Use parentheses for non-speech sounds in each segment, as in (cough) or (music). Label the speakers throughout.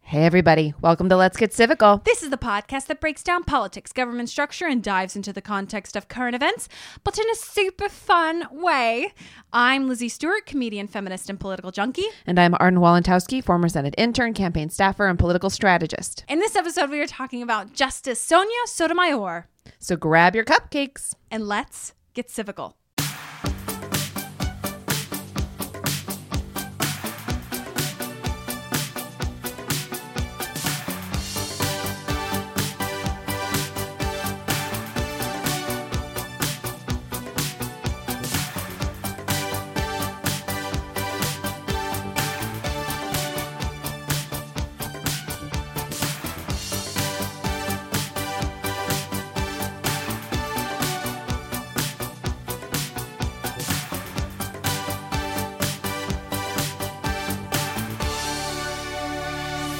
Speaker 1: Hey, everybody. Welcome to Let's Get Civical.
Speaker 2: This is the podcast that breaks down politics, government structure, and dives into the context of current events, but in a super fun way. I'm Lizzie Stewart, comedian, feminist, and political junkie.
Speaker 1: And I'm Arden Walentowski, former Senate intern, campaign staffer, and political strategist.
Speaker 2: In this episode, we are talking about Justice Sonia Sotomayor.
Speaker 1: So grab your cupcakes.
Speaker 2: And let's get civical.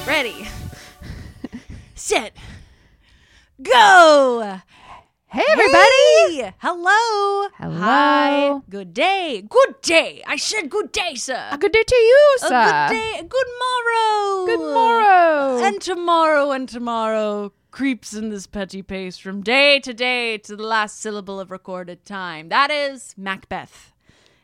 Speaker 2: Ready. Shit. Go.
Speaker 1: Hey, everybody.
Speaker 2: Hey. Hello.
Speaker 1: Hello.
Speaker 2: Hi. Good day. Good day. I said good day, sir.
Speaker 1: A good day to you,
Speaker 2: A
Speaker 1: sir.
Speaker 2: good day. Good morrow.
Speaker 1: Good morrow.
Speaker 2: And tomorrow and tomorrow creeps in this petty pace from day to day to the last syllable of recorded time. That is Macbeth.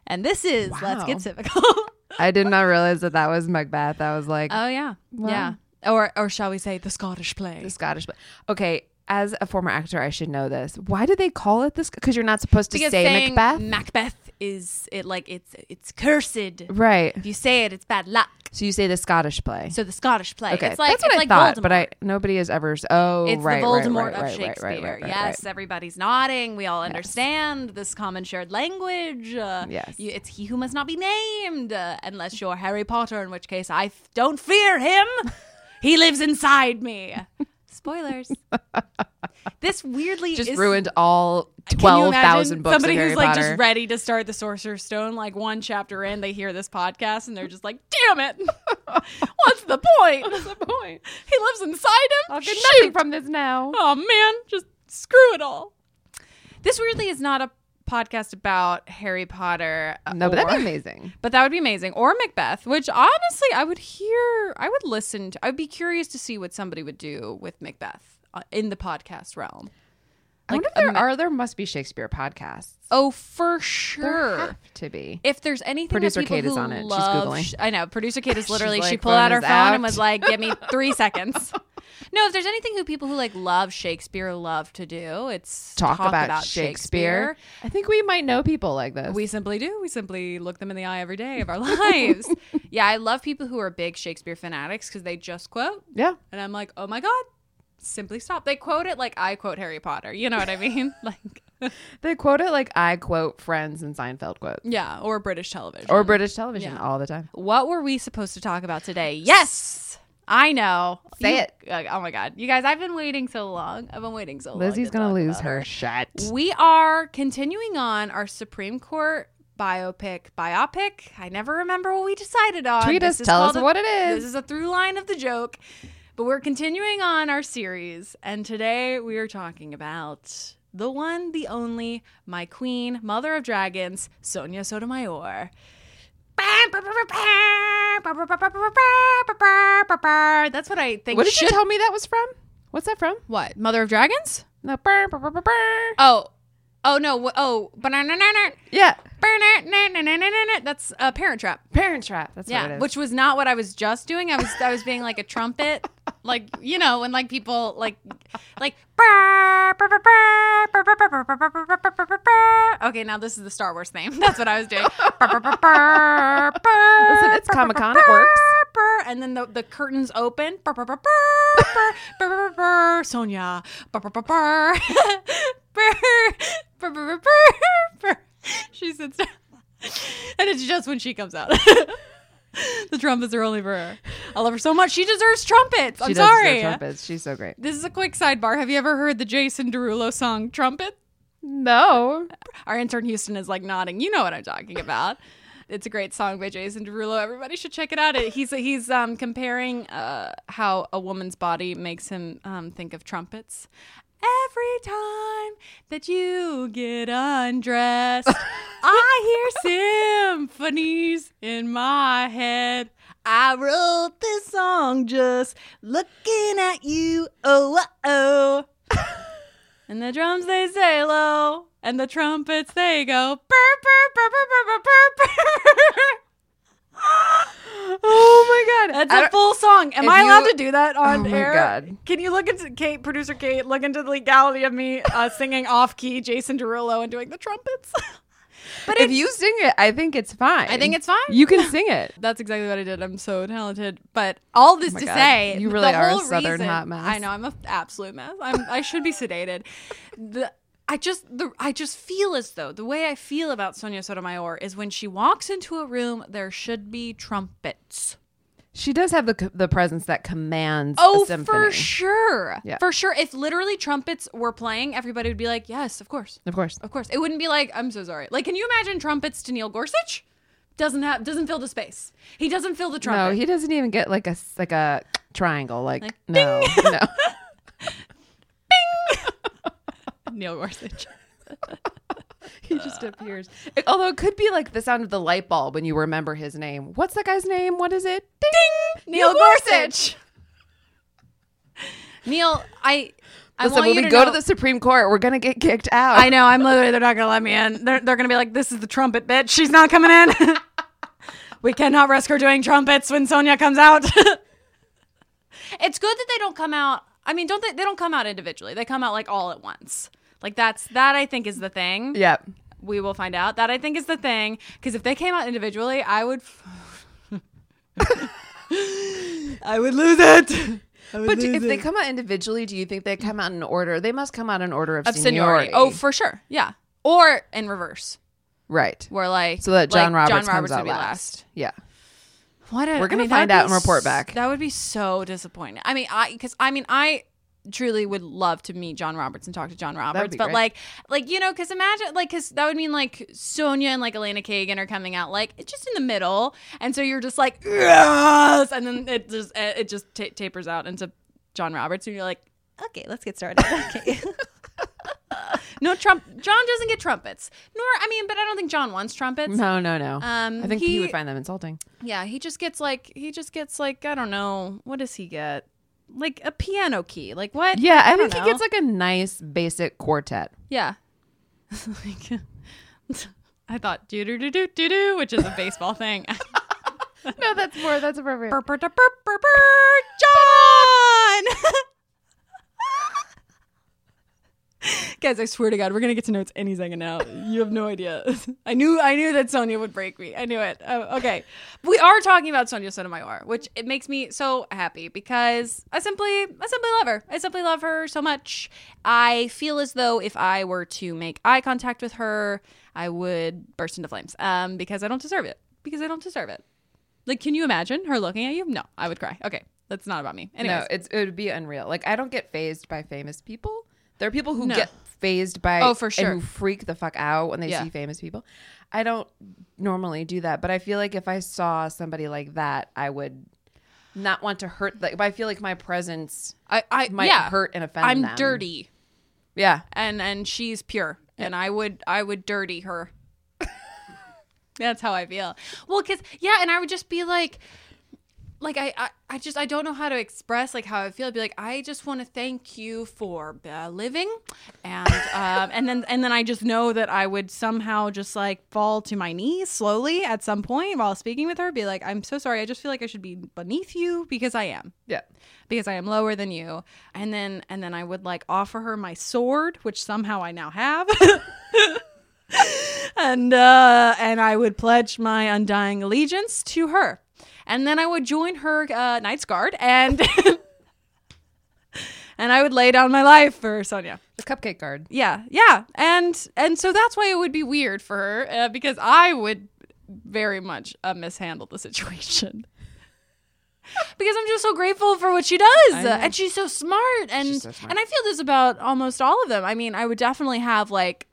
Speaker 2: And this is Let's
Speaker 1: Wow.
Speaker 2: Get Civical.
Speaker 1: (laughs) I did not realize that that was Macbeth. I was like,
Speaker 2: oh, yeah. Yeah. Or, or shall we say the Scottish play?
Speaker 1: the Scottish. But okay, as a former actor, I should know this. Why do they call it this? Because you're not supposed to
Speaker 2: because
Speaker 1: say
Speaker 2: saying
Speaker 1: Macbeth.
Speaker 2: Macbeth is it like it's it's cursed. If
Speaker 1: right.
Speaker 2: you say it, it's bad luck.
Speaker 1: So you say the Scottish play.
Speaker 2: So the Scottish play.
Speaker 1: okay,
Speaker 2: It's like,
Speaker 1: that's what
Speaker 2: it's
Speaker 1: I
Speaker 2: like
Speaker 1: thought,
Speaker 2: Voldemort.
Speaker 1: but I nobody has ever. s- Oh,
Speaker 2: It's
Speaker 1: right,
Speaker 2: the
Speaker 1: right,
Speaker 2: Voldemort
Speaker 1: right, right,
Speaker 2: of
Speaker 1: right,
Speaker 2: Shakespeare.
Speaker 1: Right, right, right,
Speaker 2: yes,
Speaker 1: right.
Speaker 2: everybody's nodding. We all understand this common shared language. Uh,
Speaker 1: Yes.
Speaker 2: you- it's he who must not be named, uh, unless you're Harry Potter, in which case I f- don't fear
Speaker 1: (laughs)
Speaker 2: him. he lives inside me.
Speaker 1: (laughs)
Speaker 2: Spoilers. this weirdly
Speaker 1: just
Speaker 2: is-
Speaker 1: ruined all
Speaker 2: Can you
Speaker 1: twelve thousand
Speaker 2: imagine
Speaker 1: books.
Speaker 2: Somebody
Speaker 1: of Harry
Speaker 2: who's like
Speaker 1: Potter.
Speaker 2: just ready to start the Sorcerer's Stone, like one chapter in, they hear this podcast and they're just like, "Damn it!
Speaker 1: (laughs)
Speaker 2: What's the point? What's the point? He lives inside him.
Speaker 1: I'll get
Speaker 2: Shoot.
Speaker 1: nothing from this now.
Speaker 2: Oh man, just screw it all." This weirdly is not a podcast about Harry Potter. uh,
Speaker 1: (laughs) No, but that'd
Speaker 2: or-
Speaker 1: be amazing.
Speaker 2: But that would be amazing, or Macbeth, which honestly I would hear, I would listen to. I would be curious to see what somebody would do with Macbeth uh, in the podcast realm.
Speaker 1: I wonder if there are. There must be Shakespeare podcasts.
Speaker 2: Oh, for
Speaker 1: There
Speaker 2: sure.
Speaker 1: have to be.
Speaker 2: if there's anything
Speaker 1: Producer
Speaker 2: that people
Speaker 1: Kate is
Speaker 2: who
Speaker 1: on it. She's
Speaker 2: love-
Speaker 1: Googling.
Speaker 2: sh- I know producer Kate
Speaker 1: (laughs)
Speaker 2: is
Speaker 1: She's
Speaker 2: literally she
Speaker 1: like,
Speaker 2: pulled out her
Speaker 1: phone
Speaker 2: phone
Speaker 1: is out.
Speaker 2: and was like,
Speaker 1: (laughs)
Speaker 2: "Give me three seconds." No, if there's anything who people who like love Shakespeare love to do, it's
Speaker 1: Talk, about, Shakespeare. I think we might know people like this.
Speaker 2: We simply do. We simply look them in the eye every day of our (laughs) lives. yeah, I love people who are big Shakespeare fanatics because they just quote,
Speaker 1: yeah.
Speaker 2: and I'm like, "Oh my god, simply stop. They quote it like I quote Harry Potter. You know what I mean? (laughs) like,
Speaker 1: They quote it like I quote Friends and Seinfeld quotes
Speaker 2: yeah, or British television.
Speaker 1: or British television
Speaker 2: Yeah.
Speaker 1: all the time.
Speaker 2: what were we supposed to talk about today? Yes, I know.
Speaker 1: Say
Speaker 2: You- uh, oh my god, you guys! I've been waiting so long. I've been waiting so long.
Speaker 1: Lizzie's
Speaker 2: to
Speaker 1: gonna
Speaker 2: talk
Speaker 1: lose
Speaker 2: about
Speaker 1: her
Speaker 2: it.
Speaker 1: shit.
Speaker 2: We are continuing on our Supreme Court biopic biopic. I never remember what we decided on.
Speaker 1: Tweet
Speaker 2: This
Speaker 1: us,
Speaker 2: is
Speaker 1: tell us
Speaker 2: called a-
Speaker 1: what it is.
Speaker 2: This is a through line of the joke. But we're continuing on our series, and today we are talking about the one, the only, my queen, mother of dragons, Sonia Sotomayor. That's what I think.
Speaker 1: What did
Speaker 2: should-
Speaker 1: you tell me that was from? What's that from?
Speaker 2: What? Mother of Dragons?
Speaker 1: No. burr, burr, burr, burr, burr.
Speaker 2: Oh. Oh, no. wh- Oh. Banana.
Speaker 1: Yeah.
Speaker 2: That's a Parent Trap.
Speaker 1: Parent Trap. That's what it
Speaker 2: Yeah,
Speaker 1: is.
Speaker 2: which was not what I was just doing. I was I was being like a trumpet, like you know when like people like like. Okay, now this is the Star Wars theme. (laughs) That's what I was doing.
Speaker 1: Listen, it's Comic Con. It works.
Speaker 2: And then the, the curtains open. Sonia. She sits down. And it's just when she comes out. (laughs) the trumpets are only for her. I love her so much. She deserves trumpets. I'm
Speaker 1: She does
Speaker 2: sorry.
Speaker 1: deserve trumpets. She's so great.
Speaker 2: This is a quick sidebar. Have you ever heard the Jason Derulo song Trumpet?
Speaker 1: No.
Speaker 2: Our intern Houston is like nodding. You know what I'm talking about. (laughs) It's a great song by Jason Derulo. Everybody should check it out. It- He's he's um, comparing uh, how a woman's body makes him um, think of trumpets. Every time that you get undressed, I hear symphonies in my head. I wrote this song just looking at you. Oh, oh. And the drums they say low, and the trumpets they go burr, burr, burr, burr, burr, burr, burr,
Speaker 1: (laughs) Oh my god.
Speaker 2: burr.
Speaker 1: I
Speaker 2: That's a
Speaker 1: don't-
Speaker 2: full song. Am
Speaker 1: if
Speaker 2: I
Speaker 1: you-
Speaker 2: allowed to do that on
Speaker 1: Oh my
Speaker 2: air?
Speaker 1: God.
Speaker 2: Can you look into Kate, producer Kate, look into the legality of me uh, singing off key Jason Derulo and doing the trumpets? (laughs) but
Speaker 1: if you sing it, I think it's fine.
Speaker 2: I think it's fine.
Speaker 1: You (laughs) can sing it.
Speaker 2: That's exactly what I did. I'm so talented. But all this
Speaker 1: Oh my
Speaker 2: to
Speaker 1: God.
Speaker 2: say,
Speaker 1: You
Speaker 2: th-
Speaker 1: really
Speaker 2: the
Speaker 1: are a
Speaker 2: whole
Speaker 1: southern
Speaker 2: reason-
Speaker 1: hot mess.
Speaker 2: I know I'm an absolute mess. I'm, I should be sedated. The, I just the I just feel as though the way I feel about Sonia Sotomayor is when she walks into a room, there should be trumpets.
Speaker 1: She does have the the presence that commands.
Speaker 2: Oh,
Speaker 1: a symphony.
Speaker 2: for sure,
Speaker 1: Yeah.
Speaker 2: for sure. If literally trumpets were playing, everybody would be like, "Yes, of course,
Speaker 1: Of course.
Speaker 2: of course." It wouldn't be like, "I'm so sorry." Like, can you imagine trumpets to Neil Gorsuch? Doesn't have doesn't fill the space. He doesn't fill the trumpet.
Speaker 1: No, he doesn't even get like a s- like a triangle. Like, no, (laughs) no.
Speaker 2: Neil (laughs) Gorsuch.
Speaker 1: He just appears. It- although it could be like the sound of the light bulb when you remember his name. What's that guy's name? What is it? Ding.
Speaker 2: Neil Gorsuch. Neil, I. I
Speaker 1: Listen,
Speaker 2: want
Speaker 1: when
Speaker 2: you
Speaker 1: we
Speaker 2: to
Speaker 1: go
Speaker 2: know-
Speaker 1: to the Supreme Court, we're gonna get kicked out.
Speaker 2: I know. I'm literally. They're not gonna let me in. They're, they're gonna be like, "This is the trumpet bitch. She's not coming in. (laughs) we cannot risk her doing trumpets when Sonia comes out." (laughs) it's good that they don't come out. I mean, don't they? They don't come out individually. They come out like all at once. Like that's that. I think is the thing.
Speaker 1: yeah.
Speaker 2: We will find out. That I think is the thing. Because if they came out individually, I would. I would lose it.
Speaker 1: But do- if they come out individually, do you think they come out in order? They must come out in order of,
Speaker 2: Of seniority. Oh, for sure. Yeah. Or in reverse,
Speaker 1: right.
Speaker 2: where like
Speaker 1: So that John
Speaker 2: like,
Speaker 1: Roberts
Speaker 2: John
Speaker 1: comes
Speaker 2: Roberts
Speaker 1: out
Speaker 2: would be
Speaker 1: last. Yeah.
Speaker 2: What a,
Speaker 1: We're gonna
Speaker 2: I mean, that
Speaker 1: find
Speaker 2: would
Speaker 1: out and
Speaker 2: be
Speaker 1: report
Speaker 2: s-
Speaker 1: back.
Speaker 2: That would be so disappointing. I mean, I because I mean I truly would love to meet John Roberts and talk to John Roberts,
Speaker 1: be
Speaker 2: but
Speaker 1: great.
Speaker 2: like like you know because imagine like because that would mean like Sonia and like Elena Kagan are coming out like it's just in the middle, and so you're just like yes, and then it just eh, it just ta tapers out into John Roberts, and you're like okay, let's get started. (laughs) Okay. No Trump. John doesn't get trumpets. Nor I mean, but I don't think John wants trumpets.
Speaker 1: No, no, no.
Speaker 2: Um,
Speaker 1: I think he,
Speaker 2: he-
Speaker 1: would find them insulting.
Speaker 2: Yeah, he just gets like he just gets like I don't know what does he get like a piano key like what
Speaker 1: Yeah, I,
Speaker 2: don't
Speaker 1: think he
Speaker 2: know.
Speaker 1: gets like a nice basic quartet.
Speaker 2: yeah. (laughs) Like, (laughs) I thought doo doo doo doo doo doo, which is a baseball thing. (laughs)
Speaker 1: No, that's more. That's appropriate.
Speaker 2: Burr, burr, da, burr, burr, burr, John. (laughs) guys, I swear to God, we're gonna get to notes any second now. You have no idea. (laughs) I knew, I knew that Sonia would break me. I knew it. Oh, okay, we are talking about Sonia Sotomayor, which it makes me so happy because I simply, I simply love her. I simply love her so much. I feel as though if I were to make eye contact with her, I would burst into flames. Um, because I don't deserve it. Because I don't deserve it. Like, can you imagine her looking at you? No, I would cry. Okay, that's not about me. Anyways.
Speaker 1: No, it's it would be unreal. Like I don't get phased by famous people. There are people who
Speaker 2: No.
Speaker 1: get phased by
Speaker 2: Oh, for
Speaker 1: and
Speaker 2: sure.
Speaker 1: who freak the fuck out when they
Speaker 2: Yeah.
Speaker 1: see famous people. I don't normally do that, but I feel like if I saw somebody like that, I would not want to hurt. Like, but I feel like my presence
Speaker 2: I, I
Speaker 1: might
Speaker 2: yeah.
Speaker 1: hurt and offend.
Speaker 2: I'm
Speaker 1: them.
Speaker 2: dirty,
Speaker 1: Yeah,
Speaker 2: and and she's pure, and I would I would dirty her. (laughs) That's how I feel. Well, cause yeah, and I would just be like, like I, I I just I don't know how to express like how I feel. I'd be like, I just want to thank you for uh, living, and (laughs) um, and then and then I just know that I would somehow just like fall to my knees slowly at some point while speaking with her. Be like, I'm so sorry. I just feel like I should be beneath you because I am
Speaker 1: yeah.
Speaker 2: because I am lower than you. And then and then I would like offer her my sword, which somehow I now have. (laughs) and uh and I would pledge my undying allegiance to her. And then I would join her uh, Knight's Guard and (laughs) and I would lay down my life for Sonia.
Speaker 1: The cupcake guard.
Speaker 2: Yeah, yeah, and and so that's why it would be weird for her uh, because I would very much uh, mishandle the situation (laughs) because I'm just so grateful for what she does, and she's so smart, and
Speaker 1: She's so smart.
Speaker 2: and I feel this about almost all of them. I mean, I would definitely have like,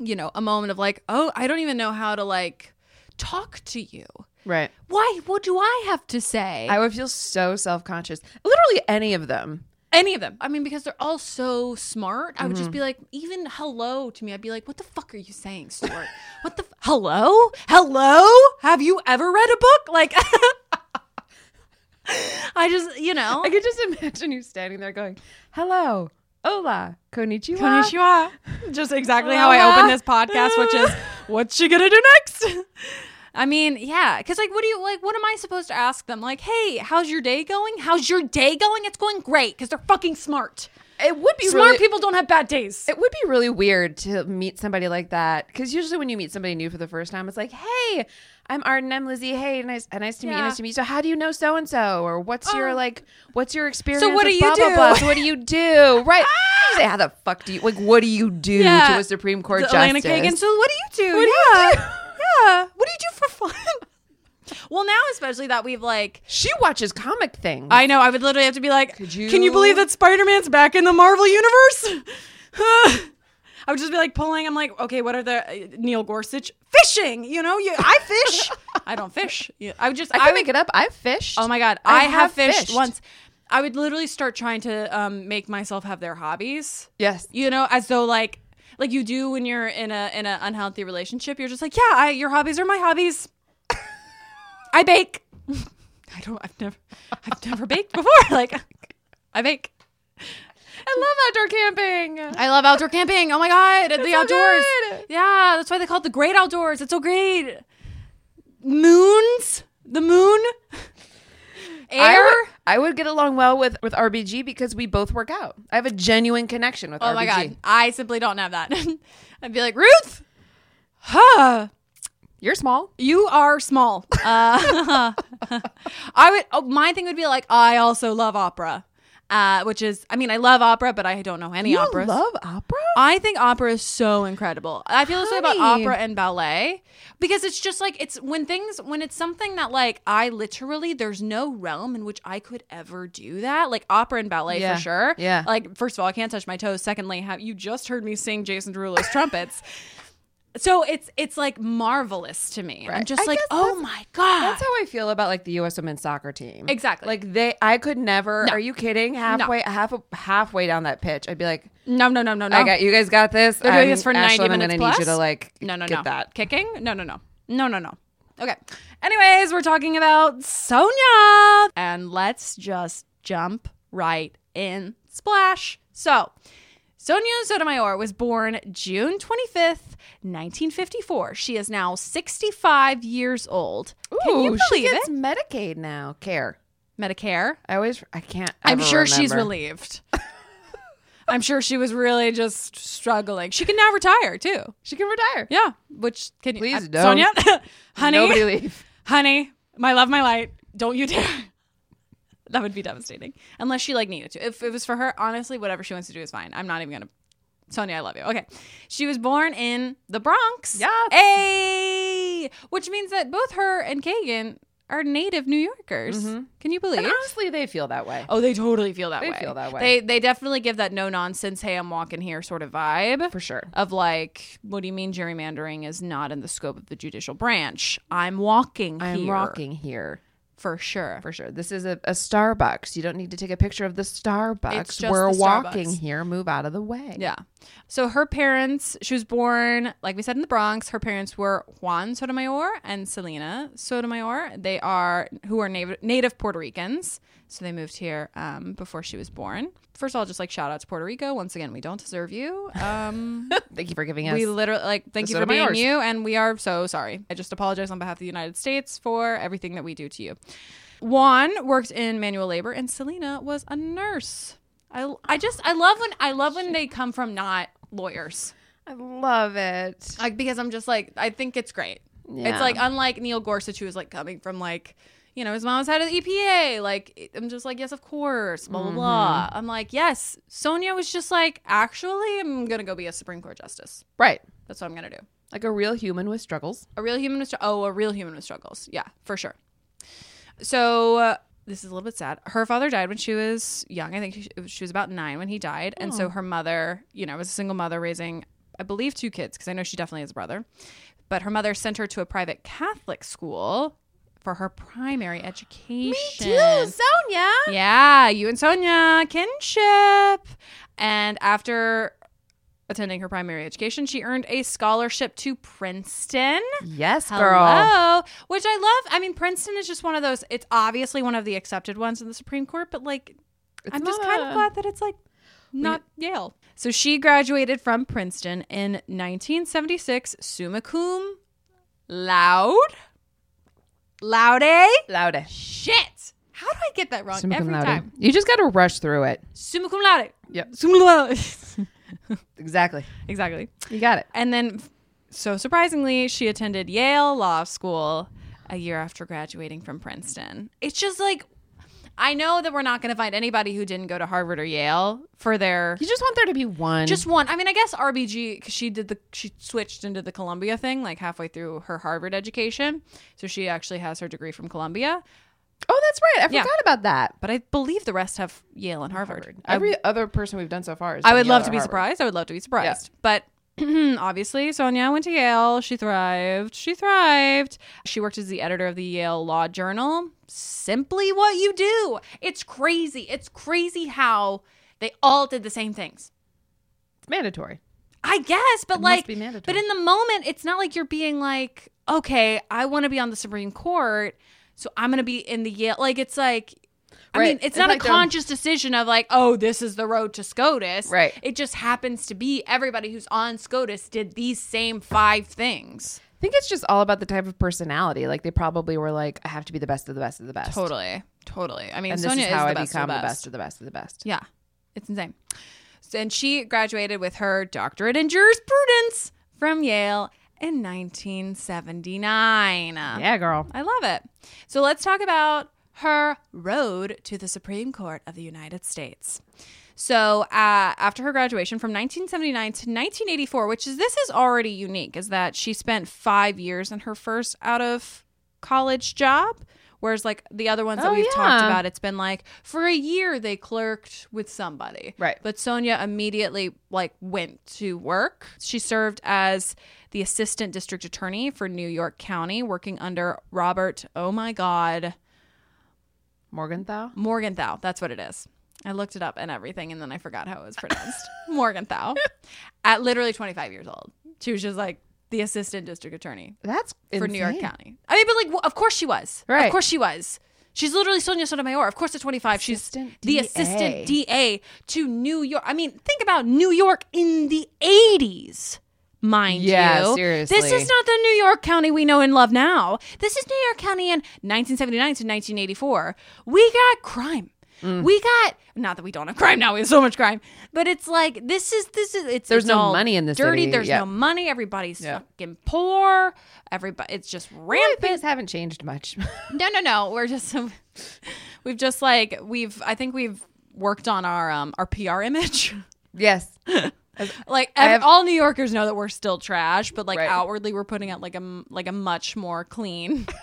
Speaker 2: you know, a moment of like, oh, I don't even know how to like talk to you.
Speaker 1: Right.
Speaker 2: Why? What do I have to say?
Speaker 1: I would feel so self conscious. Literally any of them.
Speaker 2: Any of them. I mean, because they're all so smart. I would
Speaker 1: Mm-hmm.
Speaker 2: just be like, even hello to me, I'd be like, what the fuck are you saying, Stuart? (laughs) what the f- hello? Hello? Have you ever read a book? Like, (laughs) I just, you know.
Speaker 1: I could just imagine you standing there going, "Hello, hola, konnichiwa."
Speaker 2: Konnichiwa. (laughs) Just exactly how I open this podcast,
Speaker 1: (laughs)
Speaker 2: which is what's she gonna do next? (laughs) I mean, yeah, because like, what do you like? What am I supposed to ask them? Like, hey, how's your day going? How's your day going? It's going great because they're fucking smart.
Speaker 1: It would be
Speaker 2: Smart
Speaker 1: really-
Speaker 2: people don't have bad days.
Speaker 1: It would be really weird to meet somebody like that because usually when you meet somebody new for the first time, it's like, "Hey, I'm Arden. I'm Lizzie. Hey, nice, uh, nice to meet you.
Speaker 2: Yeah.
Speaker 1: Nice to meet you. So, how do you know so and so? Or what's your
Speaker 2: Oh.
Speaker 1: like? What's your experience?
Speaker 2: what do
Speaker 1: with
Speaker 2: you
Speaker 1: blah, Blah,
Speaker 2: do?"
Speaker 1: blah. So what do you do? Right? You say, how the fuck do you like? What do you do
Speaker 2: Yeah.
Speaker 1: to a Supreme Court
Speaker 2: to Elena
Speaker 1: justice?
Speaker 2: Kagan. So what do you do? yeah. (laughs) yeah. What do you do for fun? (laughs) well, now especially that we've like
Speaker 1: she watches comic things.
Speaker 2: I know I would literally have to be like,
Speaker 1: Could you-
Speaker 2: can you believe that Spider-Man's back in the Marvel universe? (laughs) I would just be like pulling. I'm like, okay, what are the uh, Neil Gorsuch fishing? You know, you, I fish. (laughs) I don't fish. Yeah, I would just.
Speaker 1: I can
Speaker 2: would-
Speaker 1: make it up. I've fished.
Speaker 2: Oh my god,
Speaker 1: I
Speaker 2: I, have,
Speaker 1: have
Speaker 2: fished,
Speaker 1: fished.
Speaker 2: once. I would literally start trying to um, make myself have their hobbies
Speaker 1: Yes.
Speaker 2: you know as though like like you do when you're in a in an unhealthy relationship you're just like yeah I, your hobbies are my hobbies i bake (laughs) i don't i've never i've never baked before (laughs) like i bake
Speaker 1: I love outdoor camping.
Speaker 2: i love outdoor camping oh my god the
Speaker 1: so
Speaker 2: outdoors
Speaker 1: good.
Speaker 2: yeah that's why they call it the great outdoors it's so great moons the moon
Speaker 1: I
Speaker 2: air
Speaker 1: would- I would get along well with with RBG because we both work out. I have a genuine connection with
Speaker 2: Oh
Speaker 1: RBG.
Speaker 2: my god, I simply don't have that. (laughs) I'd be like, Ruth, huh?
Speaker 1: You're small.
Speaker 2: You are small. Uh, (laughs) I would. Oh, my thing would be like I also love opera, uh, which is I mean I love opera, but I don't know any operas.
Speaker 1: love opera?
Speaker 2: I think opera is so incredible. I feel this way about
Speaker 1: Honey.
Speaker 2: opera and ballet because it's just like it's when things when it's something that like I literally there's no realm in which I could ever do that. Like opera and ballet
Speaker 1: Yeah.
Speaker 2: for sure.
Speaker 1: Yeah.
Speaker 2: Like first of all, I can't touch my toes. Secondly, how you just heard me sing Jason Derulo's trumpets. So it's it's like marvelous to me. I'm
Speaker 1: Right.
Speaker 2: just
Speaker 1: I
Speaker 2: like,
Speaker 1: guess
Speaker 2: oh
Speaker 1: that's-
Speaker 2: my god.
Speaker 1: That's how I feel about like the U.S. women's soccer team.
Speaker 2: Exactly.
Speaker 1: Like they, I could never.
Speaker 2: No.
Speaker 1: Are you kidding? Halfway, half, halfway down that pitch, I'd be like,
Speaker 2: no, no, no, no, no.
Speaker 1: I got you guys. Got this.
Speaker 2: They're doing this for 90
Speaker 1: I'm
Speaker 2: minutes
Speaker 1: gonna need you
Speaker 2: plus?
Speaker 1: to like,
Speaker 2: No, no,
Speaker 1: get
Speaker 2: no.
Speaker 1: that.
Speaker 2: Kicking? No, no, no. No, no, no. Okay. Anyways, we're talking about Sonia. And let's just jump right in. Splash. So, Sonia Sotomayor was born June 25th, 1954. She is now 65 years old. Can you
Speaker 1: Ooh,
Speaker 2: believe
Speaker 1: she gets
Speaker 2: it?
Speaker 1: Medicaid now. Care.
Speaker 2: Medicare.
Speaker 1: I always, I can't.
Speaker 2: I'm
Speaker 1: ever
Speaker 2: sure she's
Speaker 1: remember.
Speaker 2: relieved. (laughs) I'm sure she was really just struggling. She can now retire too.
Speaker 1: She can retire.
Speaker 2: Yeah, which can you,
Speaker 1: Please
Speaker 2: uh,
Speaker 1: don't.
Speaker 2: Sonia, (laughs) honey,
Speaker 1: Nobody
Speaker 2: (laughs)
Speaker 1: leave.
Speaker 2: honey, my love, my light, don't you dare. (laughs) that would be devastating. Unless she like needed to. If it was for her, honestly, whatever she wants to do is fine. I'm not even gonna. Sonia, I love you. Okay, she was born in the Bronx.
Speaker 1: Yes.
Speaker 2: Hey, which means that both her and Kagan are native New Yorkers. Can you believe?
Speaker 1: Mm-hmm. And honestly, they feel that way.
Speaker 2: Oh, they totally feel that
Speaker 1: They
Speaker 2: way.
Speaker 1: feel that way.
Speaker 2: They they definitely give that no nonsense, hey, I'm walking here sort of vibe.
Speaker 1: For sure.
Speaker 2: Of like, what do you mean gerrymandering is not in the scope of the judicial branch? I'm walking
Speaker 1: I'm
Speaker 2: here.
Speaker 1: rocking here
Speaker 2: For sure.
Speaker 1: for sure. This is a, a Starbucks. You don't need to take a picture of the Starbucks.
Speaker 2: It's just
Speaker 1: We're
Speaker 2: the
Speaker 1: walking
Speaker 2: Starbucks.
Speaker 1: here. Move out of the way.
Speaker 2: Yeah. So her parents, she was born, like we said, in the Bronx. Her parents were Juan Sotomayor and Selena Sotomayor. They are, who are native, native Puerto Ricans. So they moved here um, before she was born. First of all, just like shout out to Puerto Rico. Once again, we don't deserve you.
Speaker 1: (laughs)
Speaker 2: Um,
Speaker 1: Thank you for giving us.
Speaker 2: We literally like thank
Speaker 1: The
Speaker 2: you for being
Speaker 1: Sotomayor's.
Speaker 2: you, and we are so sorry. I just apologize on behalf of the United States for everything that we do to you. Juan worked in manual labor, and Selena was a nurse. I, I just I love when I love when they come from not lawyers,
Speaker 1: I love it.
Speaker 2: like because I'm just like I think it's great.
Speaker 1: Yeah.
Speaker 2: It's like unlike Neil Gorsuch, who is like coming from like. You know, his mom was head of the EPA. Like, I'm just like, yes, of course, blah, blah, blah. I'm like, yes. Sonia was just like, actually, I'm going to go be a Supreme Court justice.
Speaker 1: Right.
Speaker 2: That's what I'm going to do.
Speaker 1: Like a real human with struggles.
Speaker 2: A real human with str- oh, a real human with struggles. Yeah, for sure. So uh, this is a little bit sad. Her father died when she was young. I think she, she was about nine when he died, and so her mother, you know, was a single mother raising, I believe, two kids because I know she definitely has a brother. But her mother sent her to a private Catholic school for her primary education.
Speaker 1: Sonia.
Speaker 2: Yeah, you and Sonia kinship. And after attending her primary education, she earned a scholarship to Princeton.
Speaker 1: Yes, girl.
Speaker 2: Hello, which I love. I mean, Princeton is just one of those. It's obviously one of the accepted ones in the Supreme Court, but like, I'm just kind of
Speaker 1: not.
Speaker 2: glad that it's like not Yale. So she graduated from Princeton in 1976, summa cum loud, loud a
Speaker 1: Loudish.
Speaker 2: shit. How do I get that wrong
Speaker 1: Summa cum
Speaker 2: every
Speaker 1: laude.
Speaker 2: time?
Speaker 1: You just got to rush through it.
Speaker 2: Summa cum laude.
Speaker 1: Yep.
Speaker 2: Summa cum laude.
Speaker 1: Exactly.
Speaker 2: exactly.
Speaker 1: You got it.
Speaker 2: And then, so surprisingly, she attended Yale Law School a year after graduating from Princeton. It's just like, I know that we're not going to find anybody who didn't go to Harvard or Yale for their
Speaker 1: You just want there to be one.
Speaker 2: just one. I mean, I guess RBG because she did the she switched into the Columbia thing like halfway through her Harvard education, so she actually has her degree from Columbia.
Speaker 1: Oh, that's right. I
Speaker 2: Yeah.
Speaker 1: forgot about that.
Speaker 2: But I believe the rest have Yale and Harvard. I-
Speaker 1: Every other person we've done so far is.
Speaker 2: I
Speaker 1: from
Speaker 2: would
Speaker 1: Yale
Speaker 2: love
Speaker 1: or
Speaker 2: to be
Speaker 1: Harvard.
Speaker 2: surprised. I would love to be surprised. But (clears throat) obviously, Sonia went to Yale. She thrived. She thrived. She worked as the editor of the Yale Law Journal. Simply what you do. It's crazy. It's crazy how they all did the same things.
Speaker 1: It's mandatory.
Speaker 2: I guess, but
Speaker 1: It must
Speaker 2: like,
Speaker 1: be mandatory.
Speaker 2: but in the moment, it's not like you're being like, okay, I want to be on the Supreme Court, so I'm going to be in the Yale. Like, it's like, I
Speaker 1: Right.
Speaker 2: mean, it's,
Speaker 1: It's
Speaker 2: not
Speaker 1: like
Speaker 2: a
Speaker 1: they're-
Speaker 2: conscious decision of like, oh, this is the road to SCOTUS.
Speaker 1: Right.
Speaker 2: It just happens to be everybody who's on SCOTUS did these same five things.
Speaker 1: I think it's just all about the type of personality. Like they probably were like, I have to be the best of the best of the best.
Speaker 2: Totally, totally. I mean,
Speaker 1: And this
Speaker 2: Sonia
Speaker 1: is how
Speaker 2: the
Speaker 1: I
Speaker 2: best of
Speaker 1: become
Speaker 2: the
Speaker 1: the
Speaker 2: best.
Speaker 1: best of the best of the best.
Speaker 2: Yeah, it's insane. So, and she graduated with her doctorate in jurisprudence from Yale in 1979.
Speaker 1: Yeah, girl.
Speaker 2: I love it. So let's talk about her road to the Supreme Court of the United States. So uh, after her graduation from 1979 to 1984, which is this is already unique, is that she spent five years in her first out of college job. Whereas like the other ones that
Speaker 1: Oh,
Speaker 2: we've talked
Speaker 1: yeah.
Speaker 2: about, it's been like for a year they clerked with somebody.
Speaker 1: Right.
Speaker 2: But Sonia immediately like went to work. She served as the assistant district attorney for New York County, working under Robert, oh my God,
Speaker 1: Morgenthau.
Speaker 2: Morgenthau. That's what it is. I looked it up and everything, and then I forgot how it was pronounced. Morgenthau. At literally 25 years old. She was just like the assistant district attorney
Speaker 1: That's
Speaker 2: for New York
Speaker 1: insane.
Speaker 2: County. I mean, but like, w- of course she was. Of
Speaker 1: Right.
Speaker 2: course she was. She's literally Sonia Sotomayor. Of course, at 25, she's
Speaker 1: Assistant
Speaker 2: the
Speaker 1: DA.
Speaker 2: assistant DA to New York. I mean, think about New York in the 80s, mind
Speaker 1: Yeah,
Speaker 2: you. This
Speaker 1: seriously.
Speaker 2: is not the New York County we know and love now. This is New York County in 1979 to 1984. We got crime.
Speaker 1: Mm.
Speaker 2: We got not that we don't have crime now. We have so much crime, but it's like this is this is it's
Speaker 1: There's
Speaker 2: it's
Speaker 1: no
Speaker 2: all
Speaker 1: money in this
Speaker 2: dirty.
Speaker 1: city,
Speaker 2: There's
Speaker 1: yeah.
Speaker 2: no money. Everybody's
Speaker 1: Yeah.
Speaker 2: fucking poor. Everybody, it's just rampant.
Speaker 1: Things haven't changed much. (laughs)
Speaker 2: No, no, no. We're just (laughs) we've just like we've I think we've worked on our um our PR image. (laughs)
Speaker 1: yes.
Speaker 2: like
Speaker 1: I
Speaker 2: ev-
Speaker 1: have-
Speaker 2: all New Yorkers know that we're still trash, but like
Speaker 1: Right.
Speaker 2: outwardly we're putting out like a m- like a much more clean. (laughs)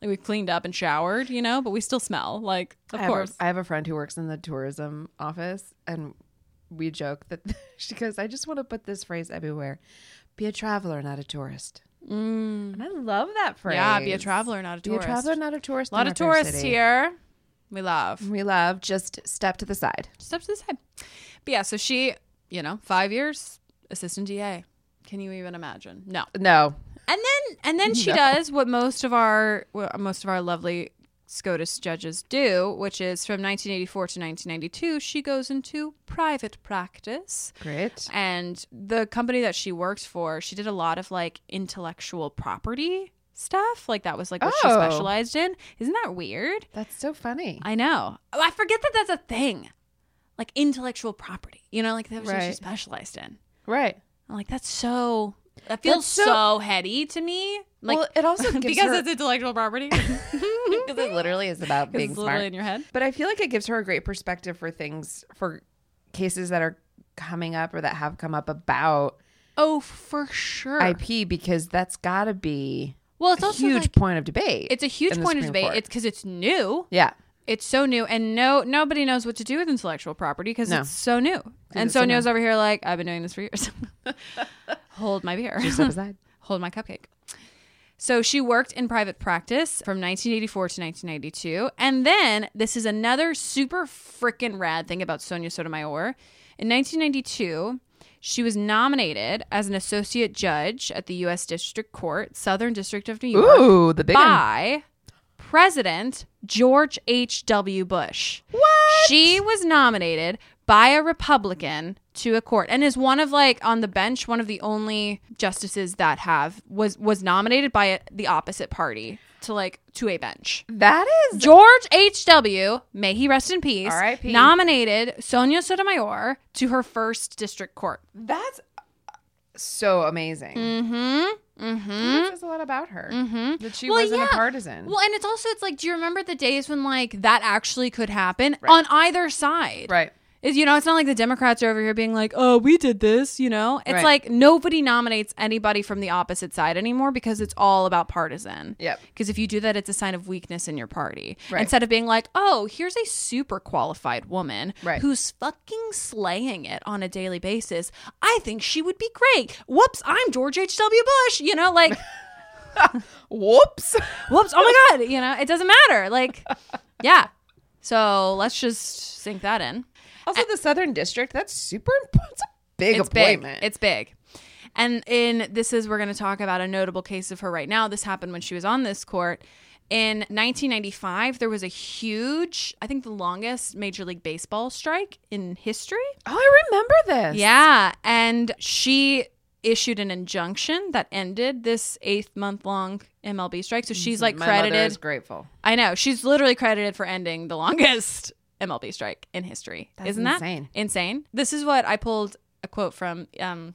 Speaker 2: like we've cleaned up and showered, you know, but we still smell. Like of
Speaker 1: I have a-
Speaker 2: course.
Speaker 1: I have a friend who works in the tourism office, and we joke that (laughs) she goes, I just want to put this phrase everywhere be a traveler, not a tourist. And I love that phrase.
Speaker 2: Mm. yeah, be a traveler, not a
Speaker 1: Be a
Speaker 2: tourist.
Speaker 1: traveler, not a tourist.
Speaker 2: a lot
Speaker 1: in
Speaker 2: of
Speaker 1: our fair
Speaker 2: tourists
Speaker 1: city.
Speaker 2: here. We love.
Speaker 1: We love just step to the side.
Speaker 2: Step to the side. But yeah, so she, you know, five years assistant DA. Can you even imagine? No.
Speaker 1: No.
Speaker 2: And then and then she does what most of our what most of our lovely SCOTUS judges do, which is from 1984 to 1992, she goes into private practice.
Speaker 1: Great.
Speaker 2: And the company that she works for, she did a lot of like intellectual property stuff. Like that was like what she
Speaker 1: Oh.
Speaker 2: specialized in. Isn't that weird?
Speaker 1: That's so funny.
Speaker 2: I know. Oh, I forget that that's a thing. Like intellectual property. You know, like that was what she
Speaker 1: Right.
Speaker 2: specialized in. (laughs)
Speaker 1: right.
Speaker 2: I'm like, that's so. That feels
Speaker 1: That's so-
Speaker 2: so, heady to me. Like,
Speaker 1: well, it also gives
Speaker 2: (laughs) because
Speaker 1: her-
Speaker 2: it's
Speaker 1: (laughs)
Speaker 2: intellectual property. Because
Speaker 1: it literally is about being
Speaker 2: it's literally
Speaker 1: smart.
Speaker 2: in your head.
Speaker 1: But I feel like it gives her a great perspective for things, for cases that are coming up or that have come up about
Speaker 2: Oh, for sure.
Speaker 1: IP because that's got to be
Speaker 2: well, it's
Speaker 1: a
Speaker 2: also
Speaker 1: huge
Speaker 2: like-
Speaker 1: point of debate.
Speaker 2: It's a huge
Speaker 1: in the
Speaker 2: point of
Speaker 1: Supreme
Speaker 2: debate.
Speaker 1: Court.
Speaker 2: It's because it's new.
Speaker 1: yeah,
Speaker 2: (laughs) It's so new, and no nobody knows what to do with intellectual property because
Speaker 1: No.
Speaker 2: it's so new. And
Speaker 1: it's so
Speaker 2: so
Speaker 1: new.
Speaker 2: new's over here like I've been doing this for years. (laughs) Hold my beer.
Speaker 1: step aside.
Speaker 2: hold my cupcake. So she worked in private practice from 1984 to 1992. And then this is another super freaking rad thing about Sonia Sotomayor. In 1992, she was nominated as an associate judge at the U.S. District Court, Southern District of New York,
Speaker 1: Ooh, the big one.
Speaker 2: by President George H.W. Bush. She was nominated by a Republican to a court and is one of like on the bench one of the only justices that have was was nominated by a, the opposite party to like to a bench.
Speaker 1: That is
Speaker 2: George H.W. may he rest in peace
Speaker 1: R.I.P..
Speaker 2: nominated Sonia Sotomayor to her first district court.
Speaker 1: that's so amazing. Mm-hmm. Mm-hmm. That says a lot about her. Mm-hmm. That she wasn't a
Speaker 2: yeah.
Speaker 1: partisan.
Speaker 2: Well, and it's also it's like do you remember the days when like that actually could happen on either side?
Speaker 1: right.
Speaker 2: Is you know, it's not like the Democrats are over here being like, "Oh, we did this," you know. It's
Speaker 1: Right.
Speaker 2: like nobody nominates anybody from the opposite side anymore because it's all about partisan.
Speaker 1: Yep.
Speaker 2: Because if you do that, it's a sign of weakness in your party.
Speaker 1: Right.
Speaker 2: Instead of being like, "Oh, here's a super qualified woman
Speaker 1: Right.
Speaker 2: who's fucking slaying it on a daily basis. I think she would be great." Whoops, I'm George H.W. Bush, you
Speaker 1: (laughs)
Speaker 2: know, like
Speaker 1: Whoops. (laughs)
Speaker 2: whoops, oh my god, you know, it doesn't matter. Like yeah. So, let's just sink that in.
Speaker 1: also, the Southern District. That's super. That's a big
Speaker 2: it's
Speaker 1: appointment.
Speaker 2: Big. It's big. And in this is we're going to talk about a notable case of her right now. This happened when she was on this court. In 1995, there was a huge, I think the longest Major League Baseball strike in history.
Speaker 1: oh, I remember this.
Speaker 2: Yeah. And she issued an injunction that ended this eighth month long MLB strike. So she's like
Speaker 1: My
Speaker 2: credited.
Speaker 1: mother is grateful.
Speaker 2: I know. She's literally credited for ending the longest (laughs) MLB strike in history.
Speaker 1: That's
Speaker 2: Isn't
Speaker 1: insane.
Speaker 2: that insane? This is what I pulled a quote from um,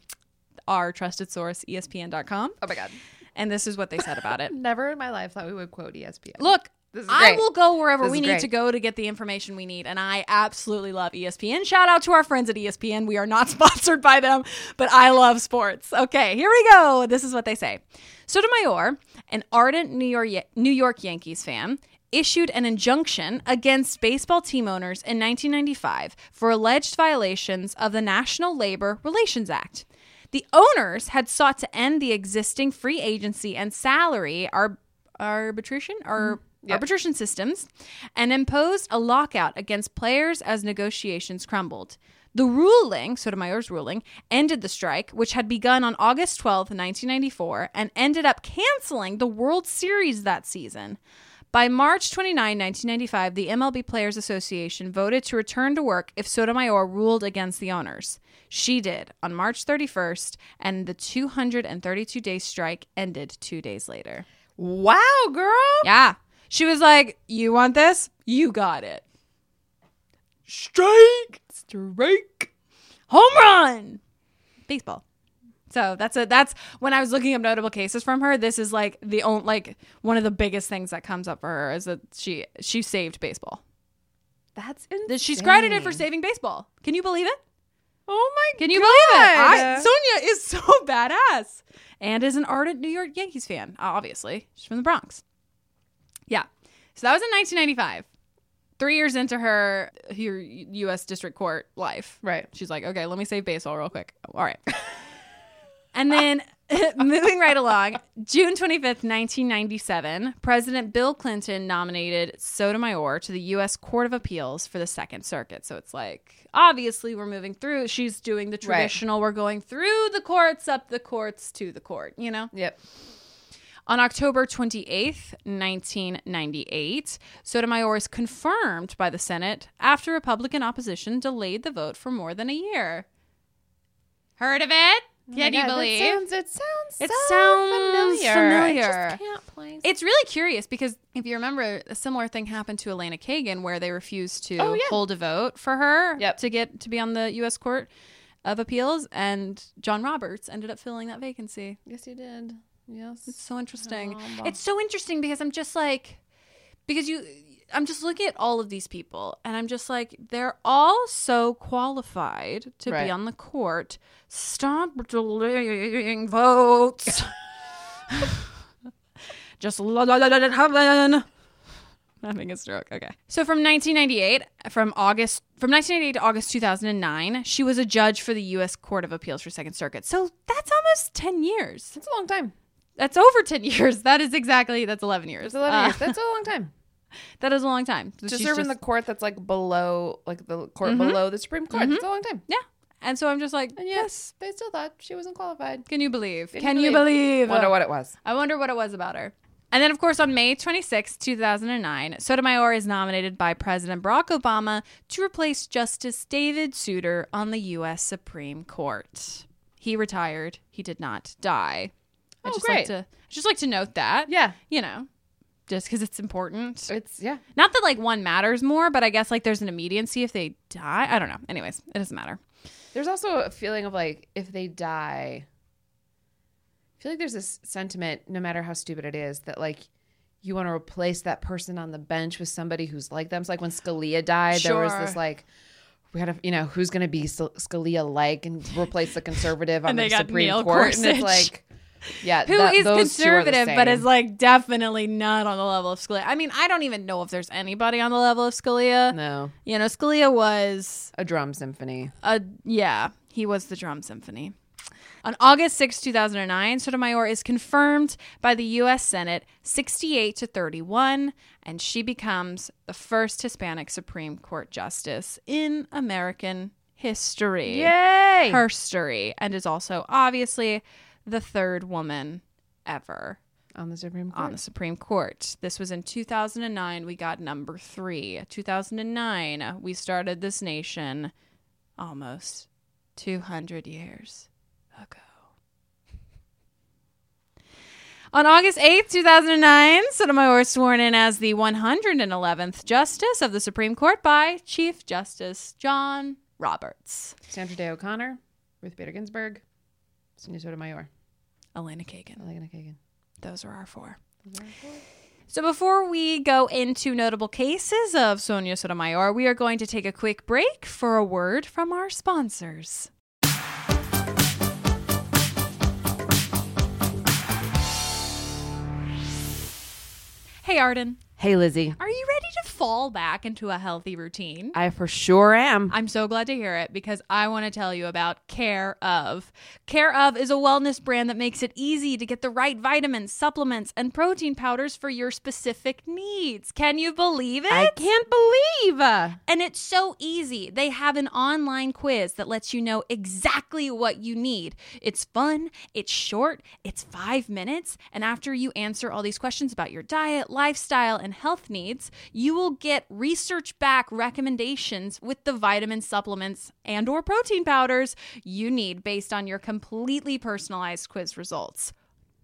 Speaker 2: our trusted source,
Speaker 1: (laughs)
Speaker 2: E ESPN.com.
Speaker 1: Oh my god.
Speaker 2: And this is what they said about it.
Speaker 1: Never in my life thought we would quote E ESPN.
Speaker 2: Look,
Speaker 1: This is
Speaker 2: I
Speaker 1: great.
Speaker 2: will go wherever
Speaker 1: This
Speaker 2: we
Speaker 1: is
Speaker 2: need
Speaker 1: great.
Speaker 2: to go to get the information we need. And I absolutely love E ESPN. Shout out to our friends at E ESPN. We are not (laughs) sponsored by them, but I love sports. Okay, here we go. This is what they say Sotomayor, an ardent New York, New York Yankees fan, issued an injunction against baseball team owners in 1995 for alleged violations of the National Labor Relations Act. The owners had sought to end the existing free agency and salary arb- arbitration or arbitration systems and imposed a lockout against players as negotiations crumbled. The ruling, Sotomayor's ruling, ended the strike, which had begun on August 12, 1994, and ended up canceling the World Series that season. By March 29, 1995, the MLB Players Association voted to return to work if Sotomayor ruled against the owners. She did on March 31st, and the 232 day strike ended two days later.
Speaker 1: Wow, girl.
Speaker 2: Yeah. She was like, You want this? You got it. strike, strike, home run, baseball. So that's a that's when I was looking up notable cases from her. This is like the only like one of the biggest things that comes up for her is that she she saved baseball.
Speaker 1: That's insane.
Speaker 2: That She's credited for saving baseball. Can you believe it?
Speaker 1: Oh my
Speaker 2: Can you believe it? I,
Speaker 1: God.
Speaker 2: Sonia is so (laughs) badass and is an ardent New York Yankees fan, obviously. She's from the Bronx. Yeah. So that was in 1995. Three years into her, her U.S. District Court life.
Speaker 1: Right.
Speaker 2: She's like, okay, let me save baseball real quick. All right. (laughs) and then (laughs) moving right along, June 25th, 1997, President Bill Clinton nominated Sotomayor to the U.S. Court of Appeals for the Second Circuit. So it's like, obviously, we're moving through. She's doing the traditional, we're going through the courts, up the courts, to the court, you know?
Speaker 1: Yep.
Speaker 2: On October 28th, 1998, Sotomayor is confirmed by the Senate after Republican opposition delayed the vote for more than a year. Heard of it? Can you believe?
Speaker 1: It sounds. It sounds.
Speaker 2: It
Speaker 1: so
Speaker 2: sounds
Speaker 1: familiar. I
Speaker 2: familiar.
Speaker 1: just can't place.
Speaker 2: it's really curious because if you remember, a similar thing happened to Elena Kagan where they refused to
Speaker 1: Oh, yeah.
Speaker 2: hold a vote for her
Speaker 1: Yep.
Speaker 2: to get to be on the U.S. Court of Appeals, and John Roberts ended up filling that vacancy.
Speaker 1: yes, you did.
Speaker 2: It's
Speaker 1: Yes.
Speaker 2: so interesting.
Speaker 1: Oh, wow.
Speaker 2: It's so interesting because I'm just like, because you, I'm just looking at all of these people and I'm just like, they're all so qualified to
Speaker 1: Right.
Speaker 2: be on the court. Stop delaying votes. (laughs) just let it happen. I'm having a stroke. Okay. So from 1998, from August, from 1998 to August 2009, she was a judge for the U.S. Court of Appeals for Second Circuit. So that's almost 10 years.
Speaker 1: That's a long time.
Speaker 2: That's over 10 (laughs) years. That is exactly, that's 11 years.
Speaker 1: That's a, lot of
Speaker 2: Uh,
Speaker 1: years. that's a long (laughs) time.
Speaker 2: that is a long time.
Speaker 1: To
Speaker 2: She's
Speaker 1: serve in the
Speaker 2: just-
Speaker 1: court that's like below, like the court below the Supreme Court. That's a long time.
Speaker 2: Yeah. And so I'm just like,
Speaker 1: And Mm-hmm. yes, they still thought she wasn't qualified.
Speaker 2: can you believe?
Speaker 1: Can you
Speaker 2: Can you believe? Uh,
Speaker 1: Wonder what it was.
Speaker 2: I wonder what it was about her. And then, of course, on May 26, 2009, Sotomayor is nominated by President Barack Obama to replace Justice David Souter on the U.S. Supreme Court. He retired. He did not die.
Speaker 1: Oh,
Speaker 2: I just
Speaker 1: great.
Speaker 2: like to I just like to note that.
Speaker 1: Yeah.
Speaker 2: You know, just because it's important.
Speaker 1: It's yeah.
Speaker 2: Not that like one matters more, but I guess like there's an immediacy if they die. I don't know. Anyways, it doesn't matter.
Speaker 1: There's also a feeling of like if they die, I feel like there's this sentiment, no matter how stupid it is, that like you want to replace that person on the bench with somebody who's like them. It's like when Scalia died, there was this
Speaker 2: Sure.
Speaker 1: like we had to, you know, who's going to be Sc- Scalia like and replace the conservative on
Speaker 2: (laughs) And
Speaker 1: the
Speaker 2: they got
Speaker 1: Supreme
Speaker 2: Neil
Speaker 1: Court, and it's
Speaker 2: Gorsuch.
Speaker 1: like, yeah,
Speaker 2: Who is
Speaker 1: that- those two are the
Speaker 2: conservative, but
Speaker 1: same.
Speaker 2: is like definitely not on the level of Scalia. I mean, I don't even know if there's anybody on the level of Scalia.
Speaker 1: no
Speaker 2: You know, Scalia was
Speaker 1: a drum symphony.
Speaker 2: a Uh, yeah, he was the drum symphony. On August 6, 2009, Sotomayor is confirmed by the U.S. Senate 68 to 31, and she becomes the first Hispanic Supreme Court justice in American history.
Speaker 1: Yay!
Speaker 2: her story and is also obviously the third woman ever
Speaker 1: on the Supreme Court.
Speaker 2: on the Supreme Court. This was in 2009. We got number three. 2009, we started this nation almost 200 years ago. (laughs) On August 8th, 2009, Sotomayor was sworn in as the 111th Justice of the Supreme Court by Chief Justice John Roberts.
Speaker 1: Sandra Day O'Connor, Ruth Bader Ginsburg, Sonia Sotomayor,
Speaker 2: Elena Kagan.
Speaker 1: Elena Kagan.
Speaker 2: Those are our four. So before we go into notable cases of Sonia Sotomayor, we are going to take a quick break for a word from our sponsors. Hey Arden,
Speaker 1: Hey, Lizzie.
Speaker 2: are you ready to fall back into a healthy routine?
Speaker 1: I for sure am.
Speaker 2: I'm so glad to hear it because I want to tell you about Care of. Care of is a wellness brand that makes it easy to get the right vitamins, supplements, and protein powders for your specific needs. Can you believe it?
Speaker 1: I can't believe. uh,
Speaker 2: And it's so easy. They have an online quiz that lets you know exactly what you need. It's fun, it's short, it's five minutes. And after you answer all these questions about your diet, lifestyle, and health needs, you will get research back recommendations with the vitamin supplements and or protein powders you need based on your completely personalized quiz results.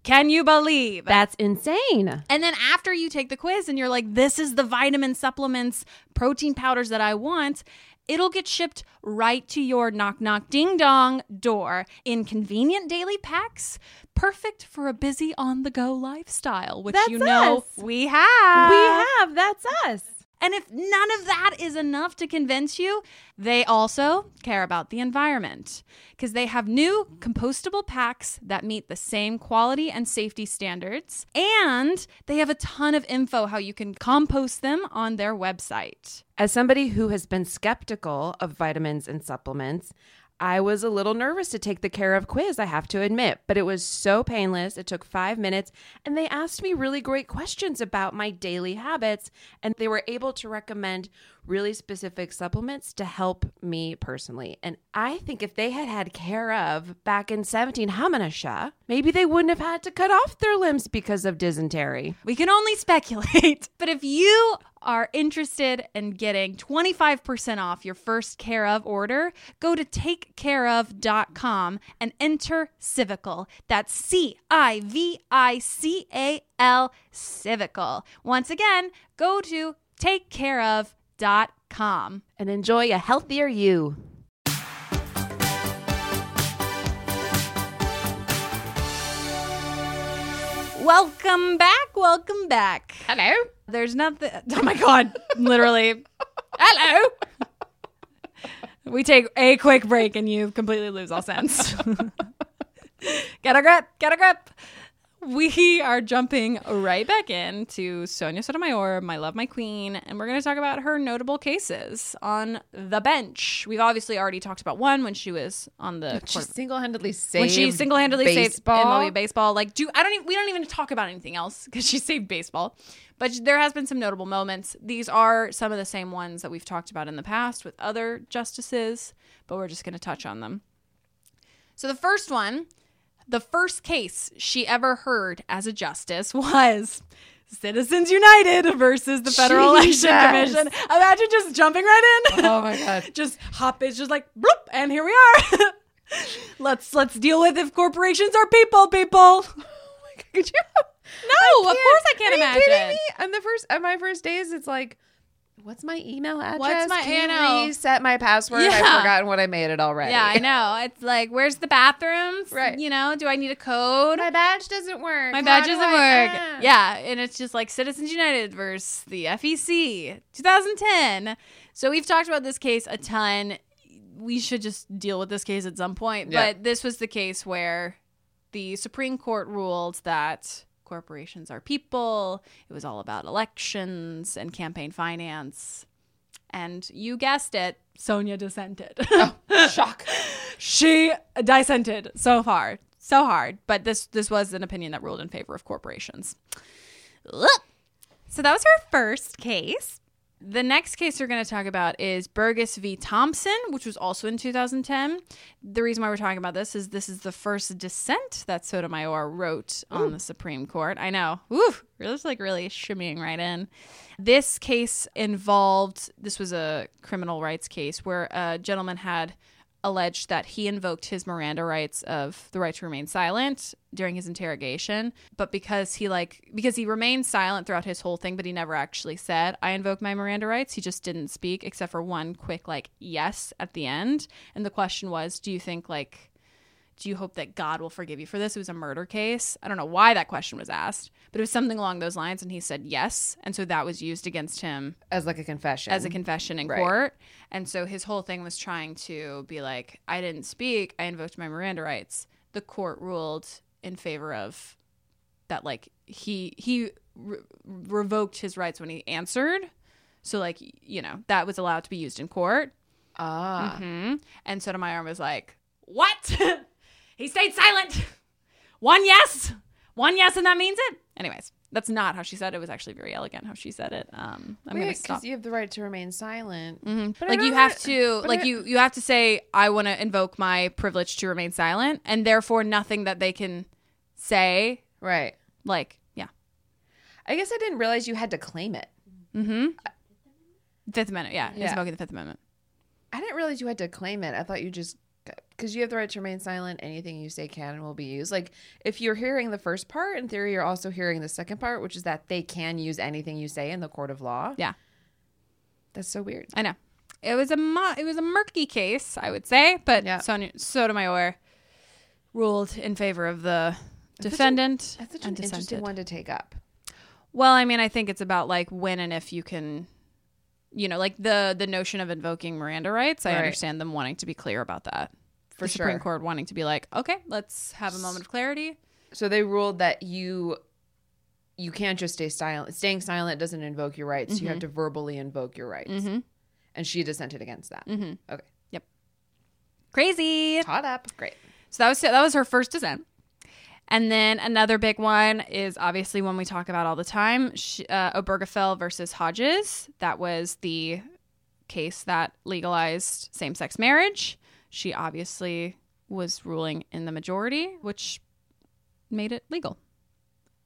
Speaker 2: Can you believe?
Speaker 1: That's insane.
Speaker 2: And then after you take the quiz and you're like, this is the vitamin supplements, protein powders that I want, It'll get shipped right to your knock knock ding dong door in convenient daily packs, perfect for a busy on the go lifestyle, which
Speaker 3: That's
Speaker 2: you know
Speaker 3: us.
Speaker 2: we have.
Speaker 3: we have. That's us.
Speaker 2: And if none of that is enough to convince you, they also care about the environment because they have new compostable packs that meet the same quality and safety standards. And they have a ton of info how you can compost them on their website.
Speaker 3: As somebody who has been skeptical of vitamins and supplements, I was a little nervous to take the care of quiz, I have to admit, but it was so painless. It took five minutes, and they asked me really great questions about my daily habits, and they were able to recommend really specific supplements to help me personally. And I think if they had had care of back in 17 Hamanasha, maybe they wouldn't have had to cut off their limbs because of dysentery.
Speaker 2: We can only speculate. (laughs) but if you are interested in getting 25% off your first care of order, go to takecareof.com and enter Civical. That's C I V I C A L Civical. Once again, go to takecareof.com.
Speaker 3: And enjoy a healthier you.
Speaker 2: Welcome back. Welcome back.
Speaker 1: Hello.
Speaker 2: There's nothing. Oh my God. Literally. Hello. We take a quick break and you completely lose all sense. (laughs) get a grip. Get a grip. We are jumping right back in to Sonia Sotomayor, my love, my queen, and we're going to talk about her notable cases on the bench. We've obviously already talked about one when she was on the
Speaker 1: She
Speaker 2: court-
Speaker 1: single-handedly saved
Speaker 2: when she single-handedly
Speaker 1: baseball.
Speaker 2: saved MLB baseball. Like, do I don't even we don't even talk about anything else because she (laughs) saved baseball. But there has been some notable moments. These are some of the same ones that we've talked about in the past with other justices, but we're just going to touch on them. So the first one, the first case she ever heard as a justice (laughs) was. Citizens United versus the Federal Election
Speaker 1: Jesus.
Speaker 2: Commission. Imagine just jumping right in
Speaker 1: Oh my god.
Speaker 2: (laughs) just hop it's just like bloop and here we are (laughs) let's let's deal with if corporations are people (laughs) Oh people
Speaker 1: Could you?
Speaker 2: no of course i can't
Speaker 1: Are
Speaker 2: imagine
Speaker 1: You kidding me? On the first, on my first days, it's like, what's my email address?
Speaker 2: my-
Speaker 1: Can
Speaker 2: I know.
Speaker 1: you reset my password?
Speaker 2: Yeah.
Speaker 1: I've forgotten what I made it already.
Speaker 2: yeah i know it's like where's the bathrooms
Speaker 1: Right.
Speaker 2: you know do i need a
Speaker 1: (laughs)
Speaker 2: code
Speaker 1: My badge doesn't work.
Speaker 2: Oh my
Speaker 1: How
Speaker 2: badge
Speaker 1: do
Speaker 2: doesn't
Speaker 1: I-
Speaker 2: work.
Speaker 1: Ah.
Speaker 2: Yeah, and it's just like Citizens United versus the E FEC, 2010. So we've talked about this case a ton. We should just deal with this case at some point.
Speaker 1: Yeah.
Speaker 2: But this was the case where the Supreme Court ruled that corporations are people. It was all about elections and campaign finance. And you guessed it, Sonia dissented. (laughs)
Speaker 1: Oh, Shock.
Speaker 2: she dissented so far so hard but this this was an opinion that ruled in favor of corporations Ugh. so that was her first case the next case we're going to talk about is Burgess v. Thompson, which was also in 2010. The reason why we're talking about this is this is the first dissent that Sotomayor wrote on the Supreme Court. I know. Ooh, we're just like really shimmying right in. This case involved this was a criminal rights case where a gentleman had alleged that he invoked his Miranda rights of the right to remain silent during his interrogation, but because he like because he remained silent throughout his whole thing, but he never actually said I invoke my Miranda rights. He just didn't speak except for one quick like yes at the end. And the question was, do you think like do you hope that God will forgive you for this? It was a murder case. I don't know why that question was asked, but it was something along those lines and he said yes, and so that was used against him
Speaker 1: As like a confession.
Speaker 2: as a confession in
Speaker 1: Right.
Speaker 2: court. And so his whole thing was trying to be like, I didn't speak, I invoked my Miranda rights. The court ruled in favor of that, like he he re- revoked his rights when he answered. So like you know that was allowed to be used in court.
Speaker 1: ah.
Speaker 2: Mhm. And Sotomayor was like, What? (laughs) he stayed silent. (laughs) One yes, one yes, and that means it. Anyways, that's not how she said it. It was actually very elegant how she said it. Um, I'm gonna
Speaker 1: Wait,
Speaker 2: stop.
Speaker 1: because you have the right to remain silent.
Speaker 2: Mhm.
Speaker 1: But I
Speaker 2: Like you
Speaker 1: don't
Speaker 2: have
Speaker 1: know-
Speaker 2: to,
Speaker 1: but
Speaker 2: like
Speaker 1: I-
Speaker 2: you, you have to say, I want to invoke my privilege to remain silent, and therefore nothing that they can say,
Speaker 1: Right.
Speaker 2: like, yeah,
Speaker 1: I guess I didn't realize you had to claim it.
Speaker 2: mm-hmm. Fifth Amendment, yeah,
Speaker 1: Yeah.
Speaker 2: it's invoking the Fifth Amendment.
Speaker 1: I didn't realize you had to claim it. I thought you just because you have the right to remain silent. Anything you say can and will be used. Like if you're hearing the first part, in theory, you're also hearing the second part, which is that they can use anything you say in the court of law.
Speaker 2: Yeah.
Speaker 1: that's so weird.
Speaker 2: I know. it was a mo- it was a murky case, I would say, but
Speaker 1: Yeah.
Speaker 2: Sonia Sotomayor ruled in favor of the defendant
Speaker 1: That's such an
Speaker 2: and
Speaker 1: interesting
Speaker 2: dissented.
Speaker 1: one to take up.
Speaker 2: Well, I mean, I think it's about like when and if you can, you know, like the the notion of invoking Miranda rights. I
Speaker 1: Right.
Speaker 2: understand them wanting to be clear about that.
Speaker 1: For
Speaker 2: the Supreme
Speaker 1: sure.
Speaker 2: Court wanting to be like, okay, let's have a moment of clarity.
Speaker 1: So they ruled that you you can't just stay silent. Staying silent doesn't invoke your rights. You have to verbally invoke your rights.
Speaker 2: Mhm.
Speaker 1: And she dissented against that. Okay,
Speaker 2: Crazy.
Speaker 1: caught up. Great.
Speaker 2: So that was that was her first dissent. And then another big one is obviously one we talk about all the time, sh- uh, Obergefell versus Hodges. That was the case that legalized same-sex marriage. She obviously was ruling in the majority, which made it legal.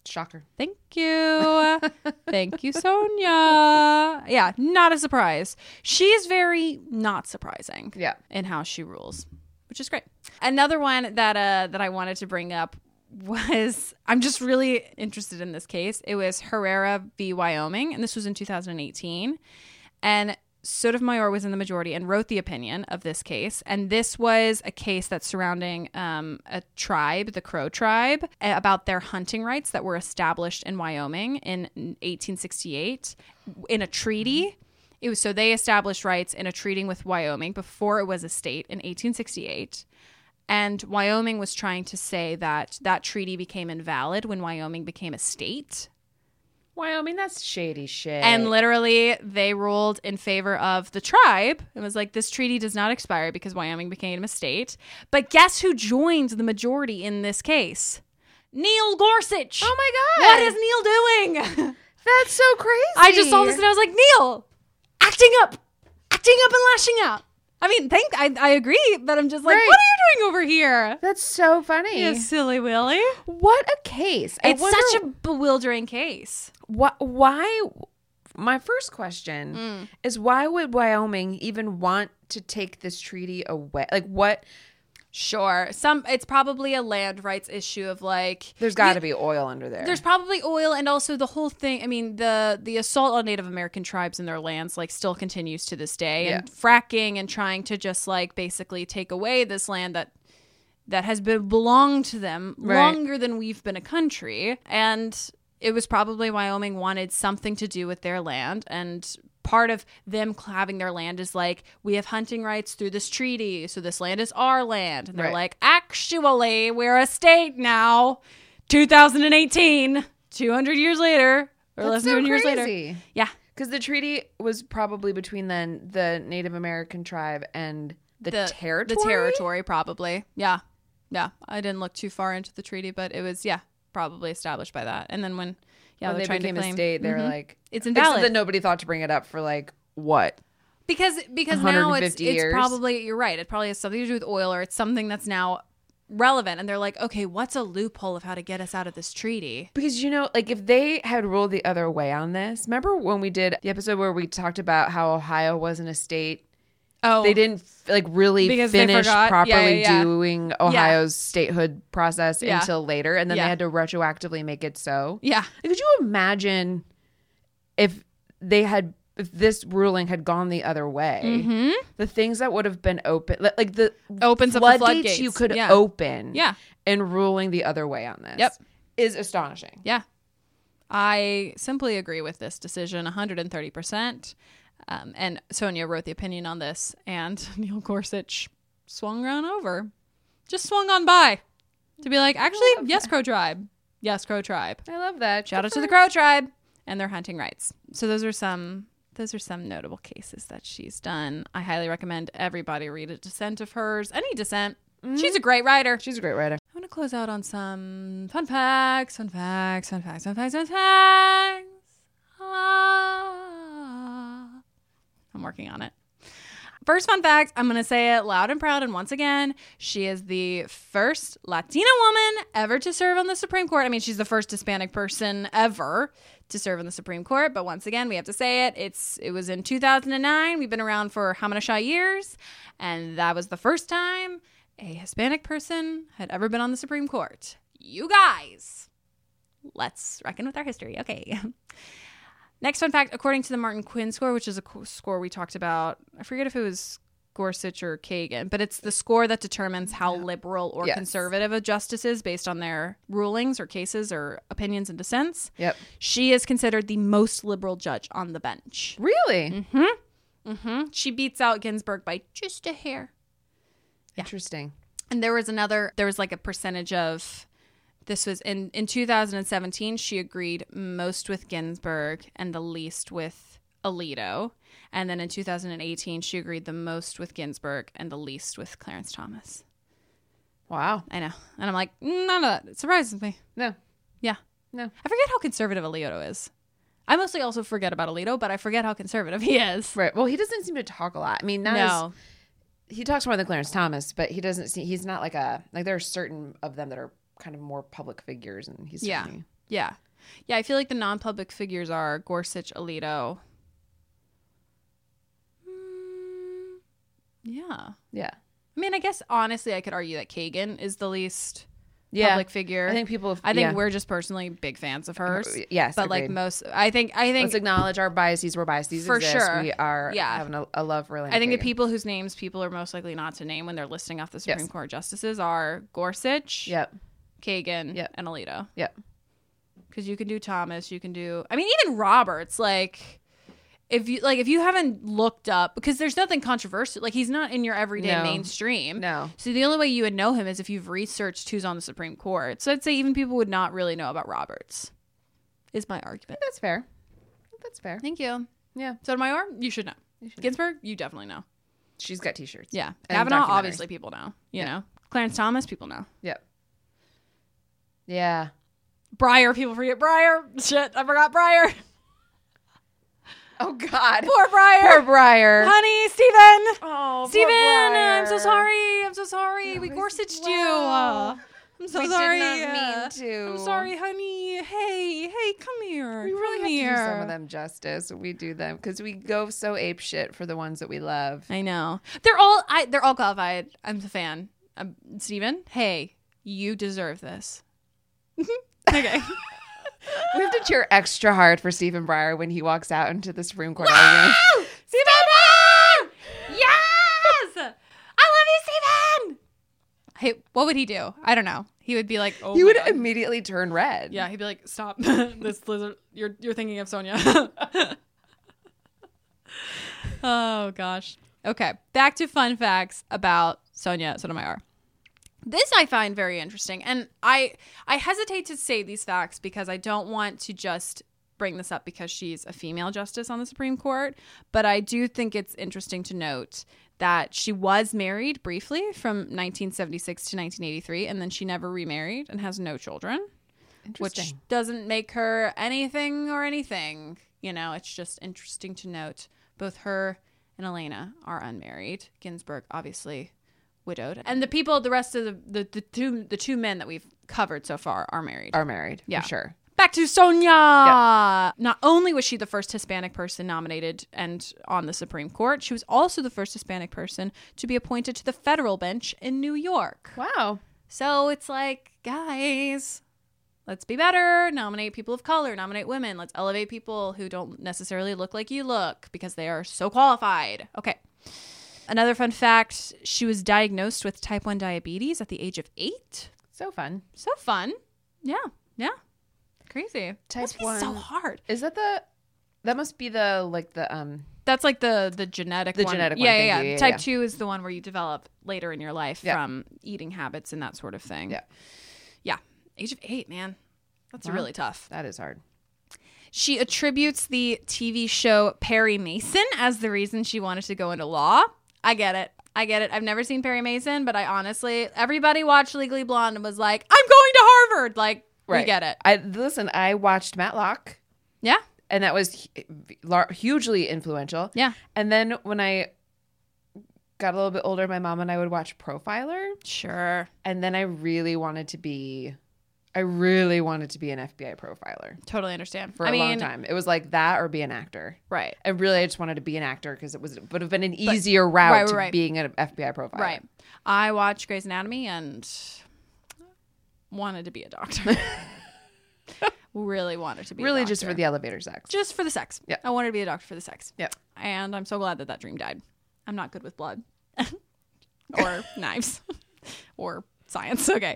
Speaker 1: Shocker.
Speaker 2: Thank you. Thank you, Sonia. Yeah, not a surprise. She's very not surprising
Speaker 1: Yeah.
Speaker 2: and how she rules, which is great. Another one that uh, that I wanted to bring up was I'm just really interested in this case. It was Herrera v. Wyoming, and this was in 2018. And Sotomayor was in the majority and wrote the opinion of this case. And this was a case that's surrounding um, a tribe, the Crow tribe, a- about their hunting rights that were established in Wyoming in 1868 in a treaty. It was so they established rights in a treaty with Wyoming before it was a state in 1868. And Wyoming was trying to say that that treaty became invalid when Wyoming became a state.
Speaker 1: Wyoming, that's shady shit.
Speaker 2: And literally, they ruled in favor of the tribe and was like, this treaty does not expire because Wyoming became a state. But guess who joined the majority in this case? Neil Gorsuch.
Speaker 1: oh my god,
Speaker 2: What is Neil doing?
Speaker 1: (laughs) that's so crazy?
Speaker 2: I just saw this and I was like, Neil, acting up, acting up and lashing out. I mean, thank I, I agree, but I'm just like,
Speaker 1: Right.
Speaker 2: what are you doing over here?
Speaker 1: That's so funny.
Speaker 2: You silly Willy.
Speaker 1: What a case.
Speaker 2: It's such a bewildering case.
Speaker 3: Why? why my first question
Speaker 2: Mm.
Speaker 3: is why would Wyoming even want to take this treaty away? Like what?
Speaker 2: Sure, some it's probably a land rights issue of like
Speaker 3: There's got to be oil under there.
Speaker 2: There's probably oil and also the whole thing. I mean, the the assault on Native American tribes and their lands like still continues to this day, and fracking and trying to just like basically take away this land that that has been belonged to them longer than we've been a country. And it was probably Wyoming wanted something to do with their land and part of them having their land is like we have hunting rights through this treaty so this land is our land and they're
Speaker 1: Right.
Speaker 2: like actually we're a state now 2018 200 years later or
Speaker 1: That's
Speaker 2: less than
Speaker 1: so
Speaker 2: 200 years later
Speaker 1: crazy.
Speaker 2: yeah
Speaker 1: Because the treaty was probably between then the Native American tribe and the, territory.
Speaker 2: the territory probably yeah yeah i didn't look too far into the treaty but it was yeah probably established by that and then when yeah
Speaker 1: When
Speaker 2: Oh, they're
Speaker 1: they
Speaker 2: trying
Speaker 1: became
Speaker 2: to
Speaker 1: a
Speaker 2: claim-
Speaker 1: state, they were
Speaker 2: Mhm.
Speaker 1: like,
Speaker 2: it's
Speaker 1: Except
Speaker 2: invalid
Speaker 1: that nobody thought to bring it up for like what?
Speaker 2: because because now it's
Speaker 1: 150
Speaker 2: it's
Speaker 1: years.
Speaker 2: probably you're right. It probably has something to do with oil, or it's something that's now relevant. And they're like, okay, what's a loophole of how to get us out of this treaty?
Speaker 3: Because you know, like if they had ruled the other way on this, remember when we did the episode where we talked about how Ohio wasn't a state?
Speaker 2: Oh,
Speaker 3: They didn't like really
Speaker 2: Because they
Speaker 3: finish
Speaker 2: forgot. Yeah,
Speaker 3: properly
Speaker 2: yeah, yeah.
Speaker 3: doing Ohio's statehood process
Speaker 2: Yeah.
Speaker 3: until later, and then
Speaker 2: Yeah.
Speaker 3: they had to retroactively make it so.
Speaker 2: Yeah,
Speaker 3: Like, could you imagine if they had if this ruling had gone the other way? The things that would have been open, li- like the
Speaker 2: Opens Mm-hmm. up the floodgates.
Speaker 3: you could
Speaker 2: Yeah.
Speaker 3: open,
Speaker 2: Yeah.
Speaker 3: and ruling the other way on this,
Speaker 2: Yep.
Speaker 3: is astonishing.
Speaker 2: yeah. I simply agree with this decision 130 percent. Um, and Sonia wrote the opinion on this, and (laughs) Neil Gorsuch swung around over, just swung on by, to be like, actually, yes, Crow Tribe, yes, Crow Tribe.
Speaker 1: I love that.
Speaker 2: Shout out to the Crow Tribe and their hunting rights. So those are some those are some notable cases that she's done. I highly recommend everybody read a dissent of hers, any dissent. She's a great writer.
Speaker 3: She's a great writer.
Speaker 2: Mm-hmm. I want to close out on some fun facts, fun facts, fun facts, fun facts, fun facts. Ah. I'm working on it. First fun fact, I'm going to say it loud and proud and once again, she is the first Latina woman ever to serve on the Supreme Court. I mean, she's the first Hispanic person ever to serve on the Supreme Court, but once again, we have to say it. It's it was in 2009. We've been around for how many shy years? And that was the first time a Hispanic person had ever been on the Supreme Court. You guys, let's reckon with our history. Okay. (laughs) Next fun fact, according to the Martin Quinn score, which is a co- score we talked about, I forget if it was Gorsuch or Kagan, but it's the score that determines how liberal or
Speaker 1: Yes.
Speaker 2: conservative a justice is based on their rulings or cases or opinions and dissents.
Speaker 1: Yep.
Speaker 2: She is considered the most liberal judge on the bench. Mm-hmm.
Speaker 1: Really?
Speaker 2: hmm She beats out Ginsburg by just a hair.
Speaker 1: Interesting.
Speaker 2: And there was another, there was like a percentage of, this was in, in 2017, she agreed most with Ginsburg and the least with Alito. And then in 2018, she agreed the most with Ginsburg and the least with Clarence Thomas.
Speaker 1: Wow.
Speaker 2: I know. And I'm like, "Mm, none of that it surprises me.
Speaker 1: No.
Speaker 2: Yeah.
Speaker 1: No.
Speaker 2: I forget how conservative Alito is. I mostly also forget about Alito, but I forget how conservative he is.
Speaker 1: Right. Well, he doesn't seem to talk a lot. I mean, not as-
Speaker 2: No.
Speaker 1: he talks more than Clarence Thomas, but he doesn't see he's not like a like there are certain of them that are kind of more public figures and he's
Speaker 2: Yeah.
Speaker 1: certainly-
Speaker 2: Yeah. Yeah, I feel like the non public figures are Gorsuch, Alito. Mm, Yeah. I
Speaker 1: yeah.
Speaker 2: mean, I guess honestly, I could argue that Kagan is the least public figure.
Speaker 1: I think people
Speaker 2: I think
Speaker 1: yeah. Uh,
Speaker 2: we're just personally big fans of hers.
Speaker 1: yes,
Speaker 2: But like
Speaker 1: agreed.
Speaker 2: most, I think, I think,
Speaker 1: let's acknowledge our biases where biases
Speaker 2: For
Speaker 1: exist.
Speaker 2: sure.
Speaker 1: We are
Speaker 2: Yeah.
Speaker 1: having a, a love for Elena
Speaker 2: I think the
Speaker 1: Kagan.
Speaker 2: people whose names people are most likely not to name when they're listing off the Supreme
Speaker 1: Yes.
Speaker 2: Court justices are Gorsuch,
Speaker 1: Yep.
Speaker 2: Kagan,
Speaker 1: Yep.
Speaker 2: and Alito.
Speaker 1: Yep.
Speaker 2: because you can do Thomas, you can do. I mean, even Roberts. Like, if you like, if you haven't looked up, because there's nothing controversial. Like, he's not in your everyday
Speaker 1: No.
Speaker 2: mainstream.
Speaker 1: No.
Speaker 2: So the only way you would know him is if you've researched who's on the Supreme Court. So I'd say even people would not really know about Roberts. Is my argument.
Speaker 1: That's fair. That's fair.
Speaker 2: Thank you.
Speaker 1: Yeah.
Speaker 2: Sotomayor, you should know.
Speaker 1: should know.
Speaker 2: Ginsburg, you definitely know.
Speaker 1: She's got t-shirts.
Speaker 2: Yeah.
Speaker 1: And
Speaker 2: Kavanaugh,
Speaker 1: documentaries.
Speaker 2: obviously, people know. You know. Clarence Thomas, people know.
Speaker 1: Yep. Yeah.
Speaker 2: Breyer, people forget Breyer. Shit, I forgot Breyer. (laughs)
Speaker 1: Oh God.
Speaker 2: Poor Breyer.
Speaker 1: Poor Briar.
Speaker 2: Honey, Steven.
Speaker 1: Oh, poor
Speaker 2: Steven, I'm so
Speaker 1: Breyer.
Speaker 2: sorry. I'm so sorry. we
Speaker 1: we-
Speaker 2: Gorsaged
Speaker 1: wow.
Speaker 2: you. I'm so
Speaker 1: We did
Speaker 2: sorry.
Speaker 1: not mean
Speaker 2: uh,
Speaker 1: to.
Speaker 2: I'm sorry, honey. Hey, hey, come here.
Speaker 1: We really have
Speaker 2: come here.
Speaker 1: to do some of them justice. when We do them because we go so ape shit for the ones that we love.
Speaker 2: I know. They're all. I. They're all qualified. I'm a fan. Um, Steven, hey, you
Speaker 1: (laughs)
Speaker 2: deserve this. okay.
Speaker 1: We have to cheer extra hard for Stephen Breyer when he walks out into the Supreme Court argument.
Speaker 2: Steven! Yes! I love you, Steven! Hey, what would he do? I don't know. He would be like, oh,
Speaker 1: He
Speaker 2: my
Speaker 1: would
Speaker 2: God.
Speaker 1: immediately turn red.
Speaker 2: Yeah, he'd be like, "Stop, (laughs) this lizard! You're you're thinking of Sonia." (laughs) oh gosh. Okay, back to fun facts about Sonia Sotomayor. This I find very interesting, and I I hesitate to say these facts because I don't want to just bring this up because she's a female justice on the Supreme Court, but I do think it's interesting to note that she was married briefly from 1976 to 1983 and then she never remarried and has no children which
Speaker 1: Interesting.
Speaker 2: doesn't make her anything or anything. You know, it's just interesting to note both her and Elena are unmarried. Ginsburg, obviously, widowed, and the people, the rest of the the, the two the two men that we've covered so far are married.
Speaker 1: Are married.
Speaker 2: Yeah.
Speaker 1: For sure.
Speaker 2: Back to Sonia. Not only was she the first Hispanic person nominated and on the Supreme Court, she was also the first Hispanic person to be appointed to the federal bench in New York.
Speaker 1: Wow.
Speaker 2: So it's like, guys, let's be better. Nominate people of color, nominate women. Let's elevate people who don't necessarily look like you look because they are so qualified. Okay. Another fun fact she was diagnosed with type 1 diabetes at the age of eight.
Speaker 1: So fun.
Speaker 2: So fun. Yeah. Yeah. Crazy.
Speaker 1: Type
Speaker 2: Must be so
Speaker 1: one.
Speaker 2: hard.
Speaker 1: Is that the? That must be the like the um.
Speaker 2: That's like the the genetic
Speaker 1: The
Speaker 2: one.
Speaker 1: genetic
Speaker 2: yeah,
Speaker 1: one,
Speaker 2: Yeah,
Speaker 1: thank
Speaker 2: yeah,
Speaker 1: you. Yeah,
Speaker 2: Type
Speaker 1: yeah.
Speaker 2: 2 is the one where you develop later in your life
Speaker 1: Yeah.
Speaker 2: from eating habits and that sort of thing.
Speaker 1: Yeah.
Speaker 2: Yeah. Age of 8, man. That's
Speaker 1: Wow.
Speaker 2: really tough.
Speaker 1: That is hard.
Speaker 2: She attributes the TV show Perry Mason as the reason she wanted to go into law. I get it. I get it. I've never seen Perry Mason, but I honestly, everybody watched Legally Blonde and was like, "I'm going to Harvard." Like, we get it.
Speaker 1: I listen. I watched Matlock,
Speaker 2: Yeah,
Speaker 1: and that was hu- lar- hugely influential.
Speaker 2: yeah,
Speaker 1: And then when I got a little bit older, my mom and I would watch Profiler,
Speaker 2: sure,
Speaker 1: and then I really wanted to be. I really wanted to be an FBI profiler
Speaker 2: totally understand.
Speaker 1: for
Speaker 2: I
Speaker 1: a
Speaker 2: mean,
Speaker 1: long time. It was like that or be an actor.
Speaker 2: right,
Speaker 1: I really I just wanted to be an actor because it was would have been an easier route
Speaker 2: right,
Speaker 1: to
Speaker 2: right.
Speaker 1: being an FBI profiler.
Speaker 2: right. I
Speaker 1: (laughs)
Speaker 2: watched Grey's Anatomy and wanted to be a doctor. really wanted to be a
Speaker 1: Really, just for
Speaker 2: doctor.
Speaker 1: the elevator sex.
Speaker 2: just for the sex.
Speaker 1: Yeah.
Speaker 2: I wanted to be a doctor for the sex.
Speaker 1: Yeah.
Speaker 2: And I'm so glad that that dream died. I'm not good
Speaker 1: (laughs)
Speaker 2: with blood or knives (laughs) or science.
Speaker 1: (laughs)
Speaker 2: Okay.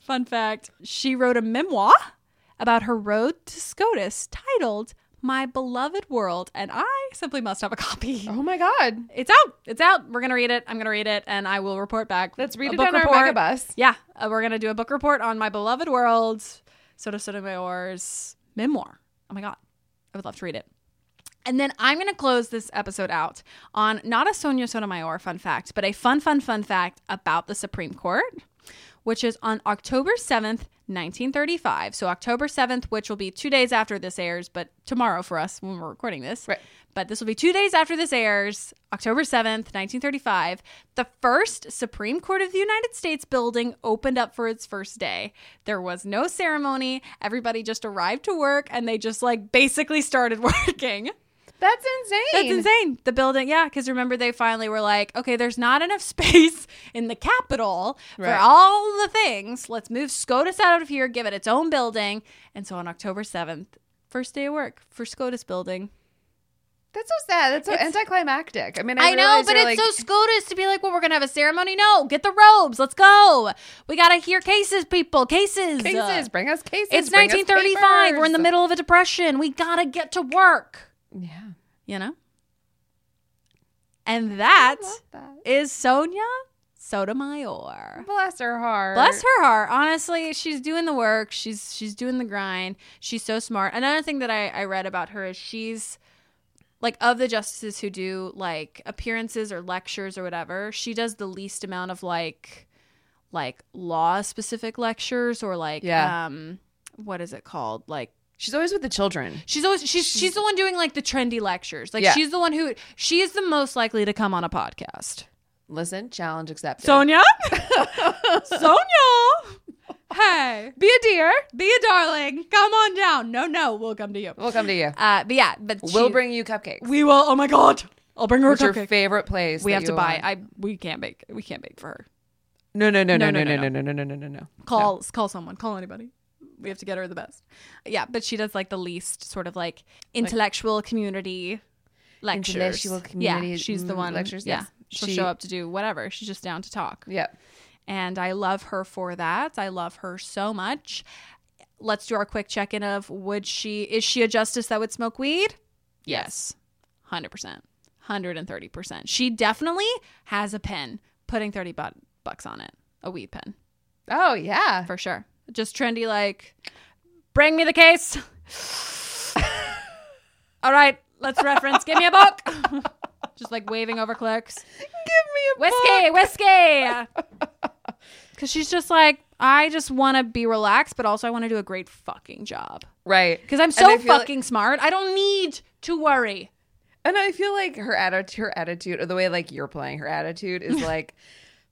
Speaker 2: Fun fact she wrote a memoir about her road to SCOTUS titled My Beloved World, and I simply must have a copy.
Speaker 1: Oh my god,
Speaker 2: It's out. It's out. We're going to read it. I'm going to read it, and I will report back.
Speaker 1: let's
Speaker 2: A
Speaker 1: read it
Speaker 2: book
Speaker 1: on our mega bus.
Speaker 2: yeah, uh, we're gonna do a book report on my beloved world, Soto Sotomayor's memoir. Oh my god, I would love to read it. And then I'm gonna close this episode out on not a Sonia Sotomayor fun fact, but a fun, fun, fun fact about the Supreme Court, which is on October 7th, 1935. So October 7th, which will be two days after this airs, but tomorrow for us when we're recording this.
Speaker 1: Right.
Speaker 2: But this will be two days after this airs, October 7th, 1935. The first Supreme Court of the United States building opened up for its first day. There was no ceremony. Everybody just arrived to work and they just like basically started (laughs) working.
Speaker 1: That's insane.
Speaker 2: That's insane. The building, yeah, because remember they finally were like, okay, there's not enough (laughs) space in the Capitol for
Speaker 1: Right.
Speaker 2: all the things. Let's move SCOTUS out of here, give it its own building. And so on October 7th, first day of work for SCOTUS building.
Speaker 1: That's so sad. That's so anticlimactic. I mean, I,
Speaker 2: I know, but it's so SCOTUS to be like, well, we're going to have a ceremony. No, get the robes. Let's go. We got to hear cases, people. Cases.
Speaker 1: cases. Bring us cases.
Speaker 2: It's
Speaker 1: bring us
Speaker 2: 1935. We're in the
Speaker 1: papers.
Speaker 2: middle of a depression. We got to get to work.
Speaker 1: Yeah,
Speaker 2: You know? And that
Speaker 1: love that.
Speaker 2: is Sonia Sotomayor.
Speaker 1: Bless her heart.
Speaker 2: Bless her heart. Honestly, she's doing the work. She's she's doing the grind. She's so smart. Another thing that I, I read about her is she's like of the justices who do like appearances or lectures or whatever, she does the least amount of like like law specific lectures or like
Speaker 1: Yeah.
Speaker 2: um what is it called? Like
Speaker 1: She's always with the children.
Speaker 2: She's always she's she's the one doing like the trendy lectures. Like
Speaker 1: Yeah.
Speaker 2: she's the one who she is the most likely to come on a podcast.
Speaker 1: Listen, challenge accepted. (laughs)
Speaker 2: Sonia, Sonia, hey,
Speaker 1: be a dear.
Speaker 2: be a darling. Come on down. No, no, we'll come to you.
Speaker 1: We'll come to you.
Speaker 2: Uh, but yeah, but
Speaker 1: we'll
Speaker 2: she-
Speaker 1: bring you cupcakes.
Speaker 2: We will. Oh my god, I'll bring her
Speaker 1: What's
Speaker 2: a
Speaker 1: your
Speaker 2: cupcake.
Speaker 1: favorite place?
Speaker 2: we
Speaker 1: that
Speaker 2: have to
Speaker 1: you
Speaker 2: buy.
Speaker 1: want?
Speaker 2: I we can't bake. We can't bake for her.
Speaker 1: No, no, no,
Speaker 2: No,
Speaker 1: no,
Speaker 2: no,
Speaker 1: no, no,
Speaker 2: no,
Speaker 1: no, no, no, no, no, no.
Speaker 2: Call call someone. Call anybody. We have to get her the best. Yeah, but she does like the least sort of like intellectual community lectures.
Speaker 1: Intellectual
Speaker 2: Yeah,
Speaker 1: community,
Speaker 2: she's the
Speaker 1: mm,
Speaker 2: one.
Speaker 1: lectures,
Speaker 2: yeah,
Speaker 1: yes.
Speaker 2: she'll
Speaker 1: She-
Speaker 2: show up to do whatever. She's just down to talk.
Speaker 1: Yeah.
Speaker 2: and I love her for that. I love her so much. Let's do our quick check-in of would she is she a justice that would smoke weed? Yes. 100%. 130%. She definitely has a pen putting 30 bu- bucks on it. A weed pen,
Speaker 1: Oh yeah.
Speaker 2: for sure. Just trendy like bring me the case. (laughs) All right, let's reference. Give me a book. (laughs) Just like waving over clerks
Speaker 1: Give me
Speaker 2: whiskey, (laughs) whiskey. Because she's just like, I just want to be relaxed, but also I want to do a great fucking job.
Speaker 1: Right.
Speaker 2: Because I'm
Speaker 1: And
Speaker 2: so
Speaker 1: I feel like-
Speaker 2: fucking smart. I don't need to worry.
Speaker 1: And I feel like her attitude, her attitude, or the way like you're playing her attitude
Speaker 2: (laughs)
Speaker 1: is like,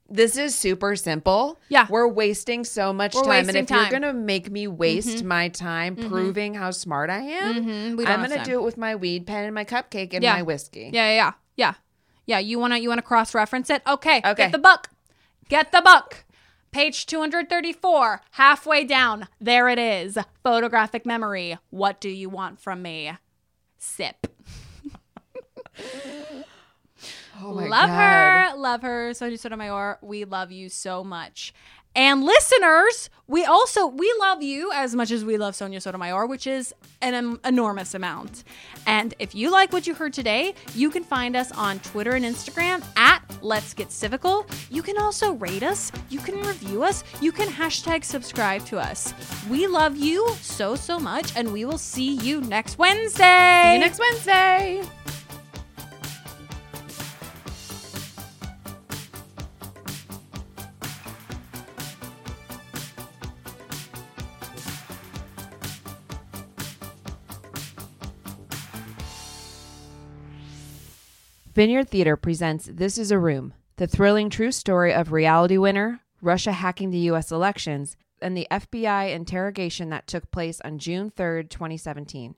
Speaker 1: this is super simple.
Speaker 2: Yeah.
Speaker 1: we're wasting so much
Speaker 2: We're
Speaker 1: time, and
Speaker 2: wasting
Speaker 1: if
Speaker 2: time.
Speaker 1: you're gonna make me waste my time proving how smart I am,
Speaker 2: Mhm, we don't
Speaker 1: I'm
Speaker 2: have
Speaker 1: gonna
Speaker 2: time.
Speaker 1: do it with my weed pen and my cupcake and
Speaker 2: Yeah.
Speaker 1: my whiskey.
Speaker 2: Yeah, yeah, yeah. Yeah. Yeah, you want to you wanna cross reference it? Okay,
Speaker 1: Okay.
Speaker 2: Get the book. Get the book. Page 234, halfway down. There it is. Photographic memory. What do you want from me? Sip.
Speaker 1: Oh my
Speaker 2: love
Speaker 1: God.
Speaker 2: her. Love her. Sonia Sotomayor, we love you so much. And listeners, we also we love you as much as we love Sonia Sotomayor, which is an em- enormous amount. And if you like what you heard today, you can find us on Twitter and Instagram at Let's Get Civical. You can also rate us, you can review us, you can hashtag subscribe to us. We love you so so much, and we will see you next Wednesday.
Speaker 1: See you next Wednesday.
Speaker 3: Vineyard Theater presents This Is a Room, the thrilling true story of reality winner, Russia hacking the U.S. elections, and the FBI interrogation that took place on June 3rd, 2017.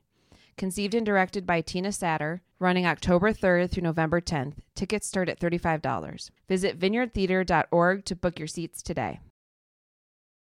Speaker 3: Conceived and directed by Tina Satter, running October 3rd through November 10th. Tickets start at $35. Visit vineyardtheater.org to book your seats today.